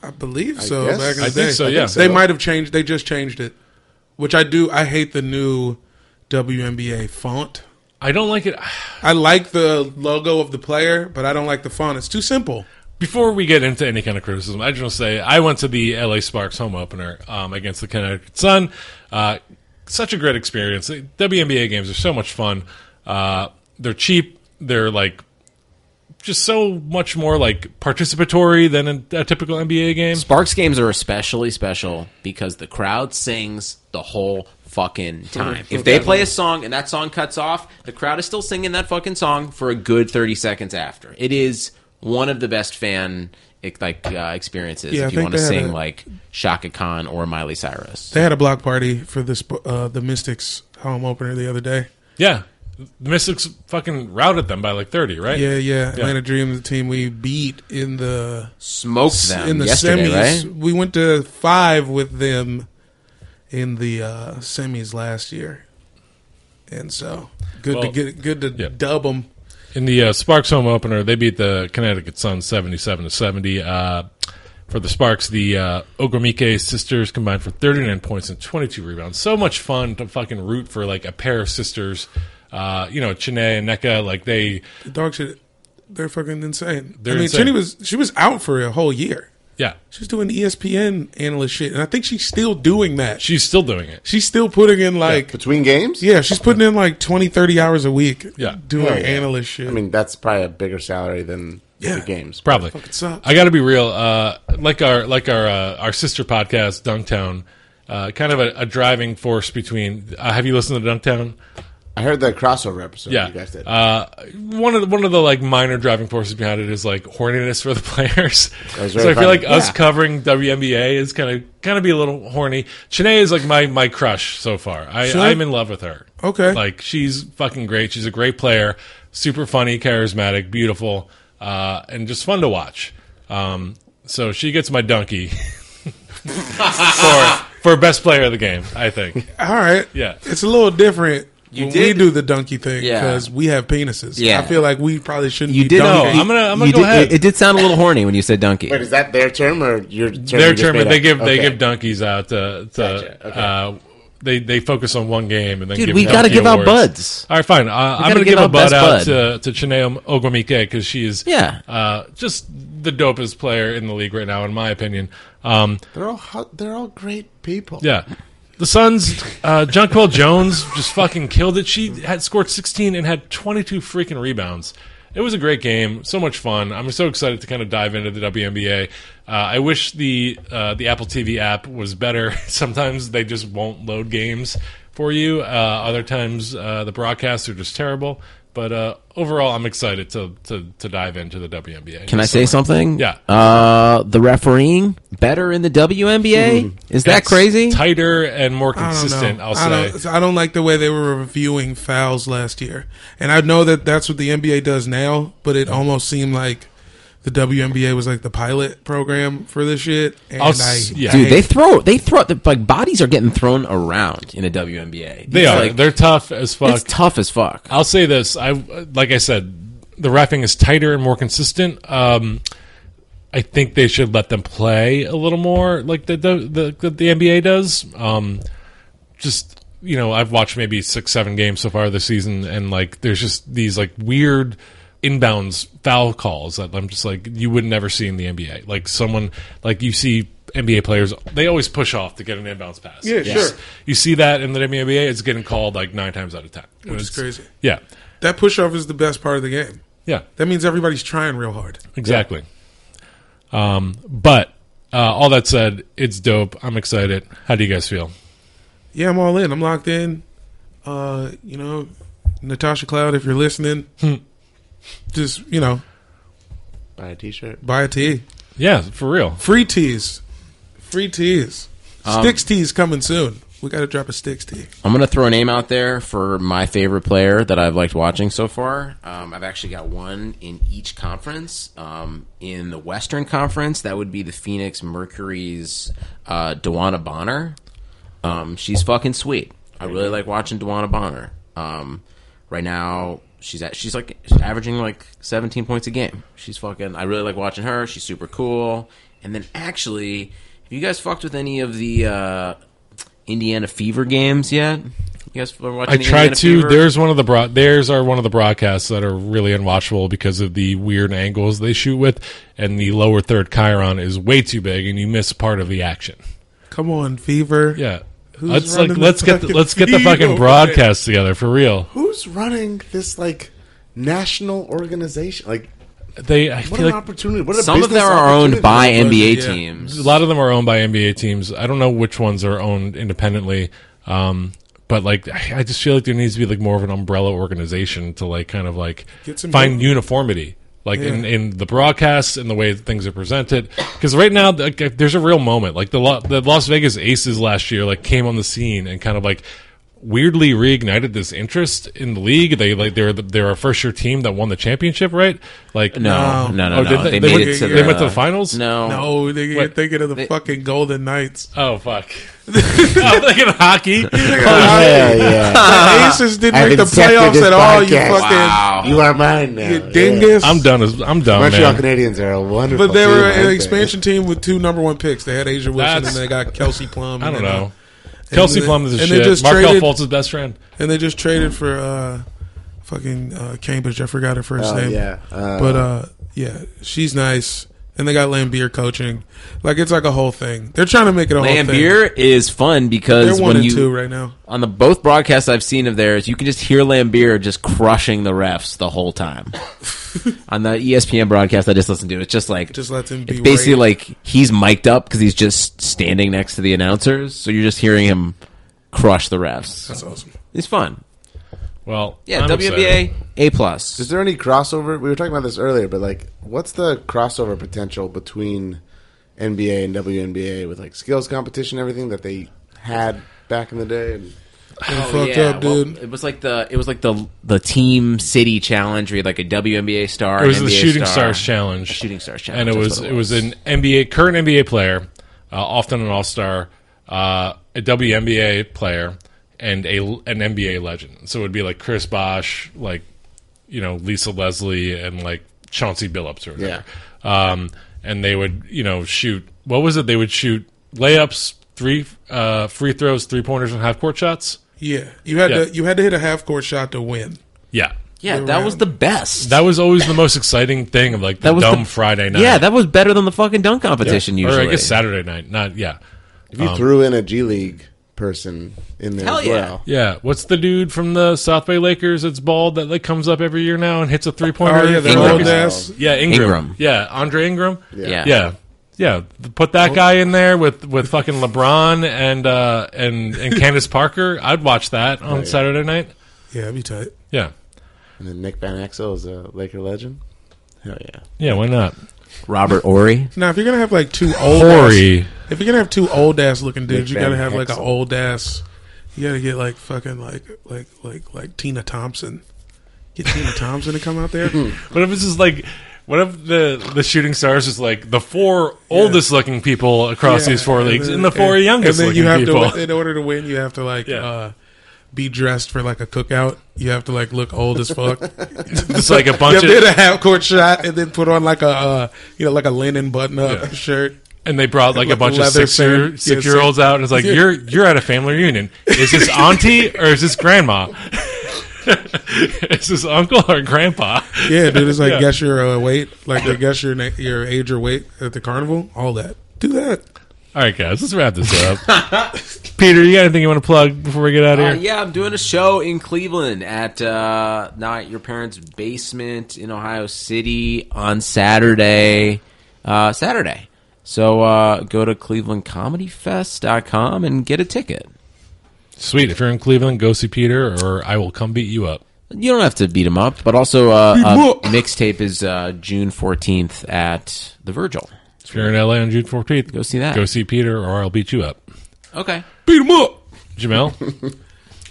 A: I believe so.
D: guess.
A: Back in
C: I
A: the
C: think
A: day.
C: so, yeah.
A: They might have changed. They just changed it, which I do. I hate the new WNBA font.
C: I don't like it. *sighs*
A: I like the logo of the player, but I don't like the font. It's too simple.
C: Before we get into any kind of criticism, I just want to say I went to the LA Sparks home opener um, against the Connecticut Sun. Uh, such a great experience. The WNBA games are so much fun. Uh, they're cheap. They're like just so much more like participatory than a, a typical NBA game.
B: Sparks games are especially special because the crowd sings the whole fucking
A: *laughs*
B: time. If they play a song and that song cuts off, the crowd is still singing that fucking song for a good 30 seconds after. It is one of the best fan like uh, experiences
A: Yeah, I
B: if you
A: think
B: want to
A: they had
B: sing
A: a-
B: like Shaka Khan or Miley Cyrus.
A: They had a block party for this uh, the Mystics home opener the other day.
C: Yeah, the Mystics fucking routed them by like thirty, right?
A: Yeah, yeah. Atlanta Dream, the team we beat in the
B: Smoked them
A: in the
B: yesterday,
A: semis.
B: right?
A: We went to five with them in the uh, semis last year, and so good
C: Well,
A: to get good to
C: yeah.
A: dub them.
C: In the uh, Sparks home opener, they beat the Connecticut Sun seventy-seven to seventy. Uh, for the Sparks, the uh, Ogomike sisters combined for thirty-nine points and twenty-two rebounds. So much fun to fucking root for like a pair of sisters. Uh, you know, Chine and Neka, like they
A: Dog shit. they're fucking insane.
C: They're
A: I mean,
C: insane.
A: Trini was she was out for a whole year.
C: Yeah,
A: She's doing E ESPN analyst shit, and I think she's still doing that.
C: she's still doing it.
A: she's still putting in like yeah,
D: Between games?
A: she's putting in like 20, 30 hours a week.
C: Yeah.
A: doing
D: Oh, yeah.
A: analyst shit.
D: I mean, that's probably a bigger salary than
A: Yeah.
D: the games.
C: Probably.
A: sucks.
C: I got to be real. Uh, like our like our uh, our sister podcast, Dunktown, uh, kind of a, a driving force between. Uh, have you listened to Dunktown?
D: I heard the crossover episode
C: Yeah.
D: you guys did.
C: Uh, one of the, one of the like minor driving forces behind it is like horniness for the *laughs* players.
D: was
C: so
D: very
C: I feel like
D: funny.
C: us
D: Yeah.
C: covering WNBA is kind of kind of be a little horny. Chene is like my my crush so far. I,
A: Sure.
C: I'm in love with her.
A: Okay.
C: like she's fucking great. She's a great player, super funny, charismatic, beautiful, uh, and just fun to watch. Um, so she gets my donkey *laughs* for for best player of the game. I think.
A: All right.
C: Yeah.
A: It's a little different. when
B: did-
A: we do the donkey thing
B: Yeah.
A: because we have penises.
B: Yeah.
A: I feel like we probably shouldn't
B: You
A: be
B: did. oh.
A: dunking.
C: No, I'm gonna I'm gonna
B: you
C: go
B: did,
C: ahead.
B: It, it did sound a little horny when you said donkey.
D: Wait, is that their term or your term? you
C: their
D: just
C: term,
D: made
C: but they
D: up?
C: give they
D: Okay.
C: give donkeys out to, to
D: Gotcha, okay.
C: uh, they they focus on one game and then
B: Dude,
C: give
B: we
C: donkey
B: gotta give out
C: awards.
B: buds.
C: All right, fine. Uh, I'm
B: gotta
C: going to
B: give
C: give a
B: out
C: bud
B: best
C: out
B: bud.
C: to to Chineo Ogwamike because she is
B: Yeah.
C: uh, just the dopest player in the league right now, in my opinion. Um,
D: They're all hot, they're all great people.
C: yeah. The Suns, uh, Jonquil Jones just fucking killed it. She had scored 16 and had 22 freaking rebounds. It was a great game, so much fun. I'm so excited to kind of dive into the WNBA. Uh, I wish the uh, the Apple TV app was better. *laughs* Sometimes they just won't load games for you. Uh, other times uh, the broadcasts are just terrible. But uh, overall, I'm excited to, to to dive into the WNBA.
B: Can I say something?
C: Yeah.
B: Uh, the refereeing better in the WNBA.
A: Mm-hmm.
B: Is that
C: It's
B: crazy?
C: Tighter and more
A: I don't
C: consistent.
A: know.
C: I'll
A: I
C: say.
A: don't, I don't like the way they were reviewing fouls last year, and I know that that's what the NBA does now. But it almost seemed like the WNBA was like the pilot program for this shit. And I,
C: I'll s- yeah.
A: I
B: Dude, they
A: hate-
B: throw they throw the, like bodies are getting thrown around in the WNBA.
C: They
B: It's
C: are.
B: Like,
C: They're tough as fuck.
B: it's tough as fuck.
C: I'll say this. I like I said, the refing is tighter and more consistent. Um, I think they should let them play a little more, like the the the, the, the NBA does. Um, just you know, I've watched maybe six, seven games so far this season, and like there's just these like weird inbounds foul calls that I'm just like you would never see in the NBA. Like someone like you see NBA players, they always push off to get an inbounds pass. Yeah,
A: sure.
C: You see that in the WNBA, it's getting called like nine times out of ten,
A: Which is
C: It's-
A: crazy.
C: Yeah,
A: that pushover is the best part of the game.
C: yeah,
A: That means everybody's trying real hard.
C: exactly. Um, but uh, all that said, it's dope. I'm excited. How do you guys feel?
A: Yeah, I'm all in. I'm locked in. Uh, you know, Natasha Cloud, if you're listening,
C: Hmm.
A: just you know,
D: Buy a t-shirt.
A: buy a tee.
C: Yeah, for real.
A: Free tees. Free tees. Sticks tees coming soon. We got to drop a sticks tee.
B: I'm gonna throw a name out there for my favorite player that I've liked watching so far. Um, I've actually got one in each conference. Um, in the Western Conference, that would be the Phoenix Mercury's uh, Dewana Bonner. Um, she's fucking sweet. I really like watching Dewana Bonner. Um, right now, she's at she's like she's averaging like 17 points a game. She's fucking. I really like watching her. She's super cool. And then actually, have you guys fucked with any of the uh, Indiana Fever games yet? You guys are watching?
C: I
B: the
C: tried
B: Indiana
C: to.
B: Fever?
C: There's one of the broad. Theirs are one of the broadcasts that are really unwatchable because of the weird angles they shoot with, and the lower third Chiron is way too big, and you miss part of the action.
A: Come on, Fever.
C: Yeah.
A: Who's
C: let's like
A: running
C: let's
A: the
C: get the,
A: fucking
C: let's get the
A: feed over
C: fucking
A: there?
C: broadcast together for real.
D: Who's running this like national organization? Like
C: They I
D: what
C: feel
D: an
C: like
D: opportunity! What a
B: Some of
D: business
B: them are owned
D: opportunity.
B: by NBA
A: yeah.
B: teams.
C: A lot of them are owned by NBA teams. I don't know which ones are owned independently, um, but like I I just feel like there needs to be like more of an umbrella organization to like kind of like
A: Get some
C: find
A: good-
C: uniformity, like in,
A: Yeah.
C: in the broadcasts and the way that things are presented. Because right now, like, uh, there's a real moment. Like the Lo- the Las Vegas Aces last year, like came on the scene and kind of like weirdly reignited this interest in the league. They like they're the, they're a first year team that won the championship, right? Like
B: no, no, no,
C: Oh,
B: no.
C: did they-
B: They,
C: they
B: made
C: went-
B: it to
C: they went to the finals?
B: No,
A: No, nigga, you're
C: What?
A: thinking of the
B: Oh. They-
A: fucking Golden Knights.
C: Oh fuck! *laughs* I'm thinking hockey.
D: *laughs* Yeah, yeah.
A: The *laughs* Aces didn't
D: I've
A: make the
D: accepted
A: playoffs
D: this
A: at all. You
D: podcast.
A: fucking
D: you are mine now.
A: you
D: yeah.
A: dingus.
C: I'm done. as- I'm done,
D: Montreal
C: man.
D: Canadiens are a wonderful.
A: But they
D: team,
A: were
D: aren't
A: an
D: they?
A: expansion team with two number one picks. They had Asia Wilson
C: That's-
A: and they got Kelsey Plum.
C: I don't
A: and, uh,
C: know. Kelsey
A: they-
C: Plum is a
A: and they
C: shit.
A: just
C: Markel
A: traded-
C: Fultz's best friend.
A: and they just traded for uh, fucking uh, Cambridge. I forgot her first
D: Oh,
A: name.
D: yeah. Uh,
A: but uh, yeah, she's nice. And they got Lambier coaching. Like it's like a whole thing. They're trying to make it a whole thing.
B: Lambier is fun because
A: They're one
B: when
A: and
B: you
A: two right now.
B: on the both broadcasts I've seen of theirs, you can just hear Lambier just crushing the refs the whole
C: *laughs*
B: time. on the E ESPN broadcast I just listened to, it's just like
A: Just lets him be
B: It's basically
A: right.
B: like he's mic'd up because he's just standing next to the announcers, so you're just hearing him crush the refs.
A: That's awesome.
B: It's fun.
C: Well,
B: Yeah,
C: I'm excited.
B: WNBA A plus.
D: Is there any crossover? We were talking about this earlier, but like, what's the crossover potential between NBA and WNBA with like skills competition, and everything that they had back in the day? And
A: They're fucked up,
B: well,
A: dude.
B: it was like the it was like the the team city challenge. where you had like a WNBA star.
C: It was
B: an
C: the
B: NBA
C: Shooting
B: star.
C: Stars Challenge.
B: Shooting Stars
C: and
B: Challenge,
C: it
B: that's
C: was
B: what
C: it
B: it
C: was
B: was.
C: an NBA current NBA player, uh, often an All Star, uh, a WNBA player, and a an NBA legend. So it would be like Chris Bosh, like you know Lisa Leslie, and like Chauncey Billups or whatever. Um, and they would you know shoot what was it? They would shoot layups, three uh, free throws, three pointers, and half court shots.
A: Yeah, you had
C: Yeah.
A: to you had to hit a half court shot to win.
C: Yeah.
B: Yeah, that was the best.
C: That was always the most exciting thing of like the
B: That was
C: dumb
B: the-
C: Friday night.
B: yeah, that was better than the fucking dunk competition.
C: Or
B: Usually,
C: I guess Saturday night. Not yeah.
D: if you threw in a G League person in there
B: Hell
D: as
B: yeah.
D: well,
C: Yeah, what's the dude from the South Bay Lakers that's bald that like comes up every year now and hits a three pointer?
A: Oh yeah, they're
B: Ingram.
A: old ass.
C: yeah, Ingram.
B: Ingram.
C: Yeah, Andre Ingram.
B: yeah.
C: yeah, yeah. th- Put that guy in there with with fucking LeBron and uh,
A: *laughs*
C: and and Candace Parker. I'd watch that on Saturday night.
A: Yeah, that'd be tight.
C: Yeah,
D: and then Nick Van Axel is a Laker legend. Hell yeah!
C: yeah. Why not?
B: Robert Ory.
A: Now, if you're gonna have like two old,
C: Corey.
A: ass, if you're gonna have two old ass looking dudes, you
D: Van
A: gotta have like an
D: Hexel.
A: old ass. You gotta get like fucking like like like like Tina Thompson. Get Tina Thompson to come out there.
C: What if this is like? What if the the shooting stars is like the four oldest looking people across
A: Yeah,
C: these four leagues
A: then-
C: and the four youngest
A: And then you have
C: looking people?
A: to, in order to win, you have to like
C: Yeah.
A: uh, be dressed for like a cookout. You have to like look old as fuck. *laughs*
C: It's like a
A: you
C: bunch
A: did
C: of
A: a half court shot and then put on like a uh, you know like a linen button up
C: Yeah.
A: shirt.
C: and they brought like a
A: Like
C: bunch of
A: leather
C: six year
A: fan-
C: six
A: yeah,
C: year olds out and it's like
A: Yeah. *laughs*
C: you're you're at a family reunion. Is this auntie or is
A: *laughs*
C: this grandma? *laughs* is this uncle or grandpa?
A: Yeah, dude, it's like
C: Yeah.
A: guess your uh, weight, like they guess your na- your age or weight at the carnival. All that. Do that.
C: All right, guys, let's wrap this up.
A: *laughs*
C: Peter, you got anything you want to plug before we get out of
B: Uh,
C: here?
B: yeah, I'm doing a show in Cleveland at uh, not your parents' basement in Ohio City on Saturday. Uh, Saturday. So uh, go to clevelandcomedyfest.com and get a ticket.
C: Sweet. If you're in Cleveland, go see Peter, or I will come beat you up.
B: You don't have to beat him up, but also uh,
A: him
B: uh,
A: up.
B: mixtape is uh, June 14th at the Virgil.
C: If you're in LA on June 14th,
B: Go see that.
C: Go see Peter, or I'll beat you up.
B: Okay.
A: Beat them up.
C: Jamel,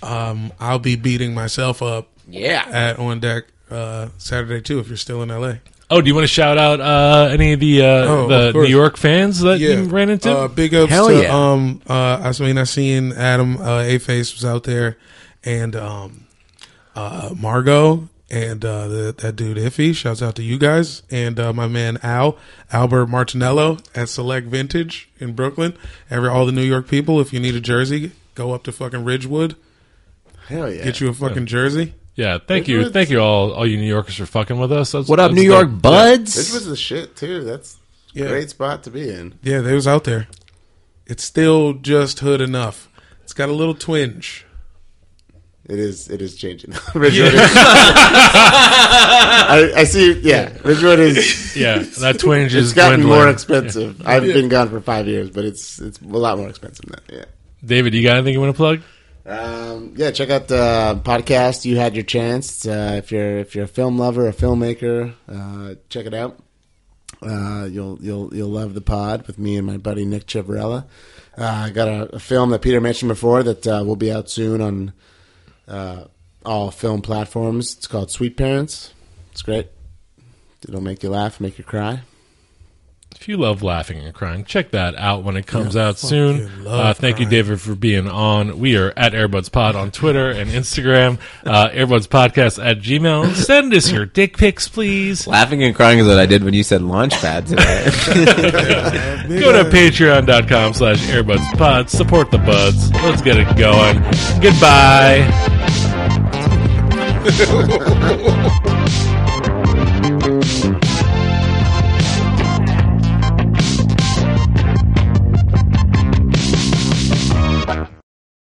A: I'll be beating myself up
B: Yeah.
A: at on deck uh, Saturday too. If you're still in LA,
C: oh, do you want to shout out uh, any of the uh,
A: Oh,
C: the
A: of course.
C: New York fans that
A: yeah,
C: you ran into?
A: Uh, big ups
B: Hell
A: to
B: yeah.
A: um. Uh, I s- mean, I seen Adam uh, A Face was out there, and um, uh, Margot and uh, the, that dude Iffy. Shouts out to you guys and uh, my man Al Albert Martinello at Select Vintage in Brooklyn. Every all the New York people, if you need a jersey, go up to fucking Ridgewood,
D: Hell yeah!
A: get you a fucking jersey.
C: Yeah, thank you, thank you all, all you New Yorkers for fucking with us. That's,
B: What up,
C: that's
B: New York
C: dope.
B: buds?
D: This was the shit too. That's a
A: Yeah.
D: great spot to be in.
A: Yeah, they was out there. It's still just hood enough. It's got a little twinge.
D: It is. It is changing. *laughs* Ridgewood. is- I, I see. Yeah, Ridgewood is.
C: *laughs* Yeah, that twinge
D: It's
C: is
D: gotten
C: dwindling.
D: more expensive. I've been gone for five years, but it's it's a lot more expensive now. Yeah.
C: David, you got anything you want to plug?
D: Um, yeah, check out the podcast. You had your chance. Uh, if you're if you're a film lover, a filmmaker, uh, check it out. Uh, you'll you'll you'll love the pod with me and my buddy Nick Chivarella. Uh, I got a, a film that Peter mentioned before that uh, will be out soon on uh, all film platforms. It's called Sweet Parents. It's great. It'll make you laugh, make you cry.
C: If you love laughing and crying, check that out when it comes out soon.
A: love
C: Uh, thank you,
A: crying.
C: David, for being on. We are at Airbuds Pod on Twitter and Instagram. Uh, Airbuds Podcast at Gmail. Send us your dick pics, please.
B: Laughing and crying is what I did when you said launch *laughs* pad today.
C: Go to patreon.com slash airbuds pod. Support the buds. Let's get it going. Goodbye.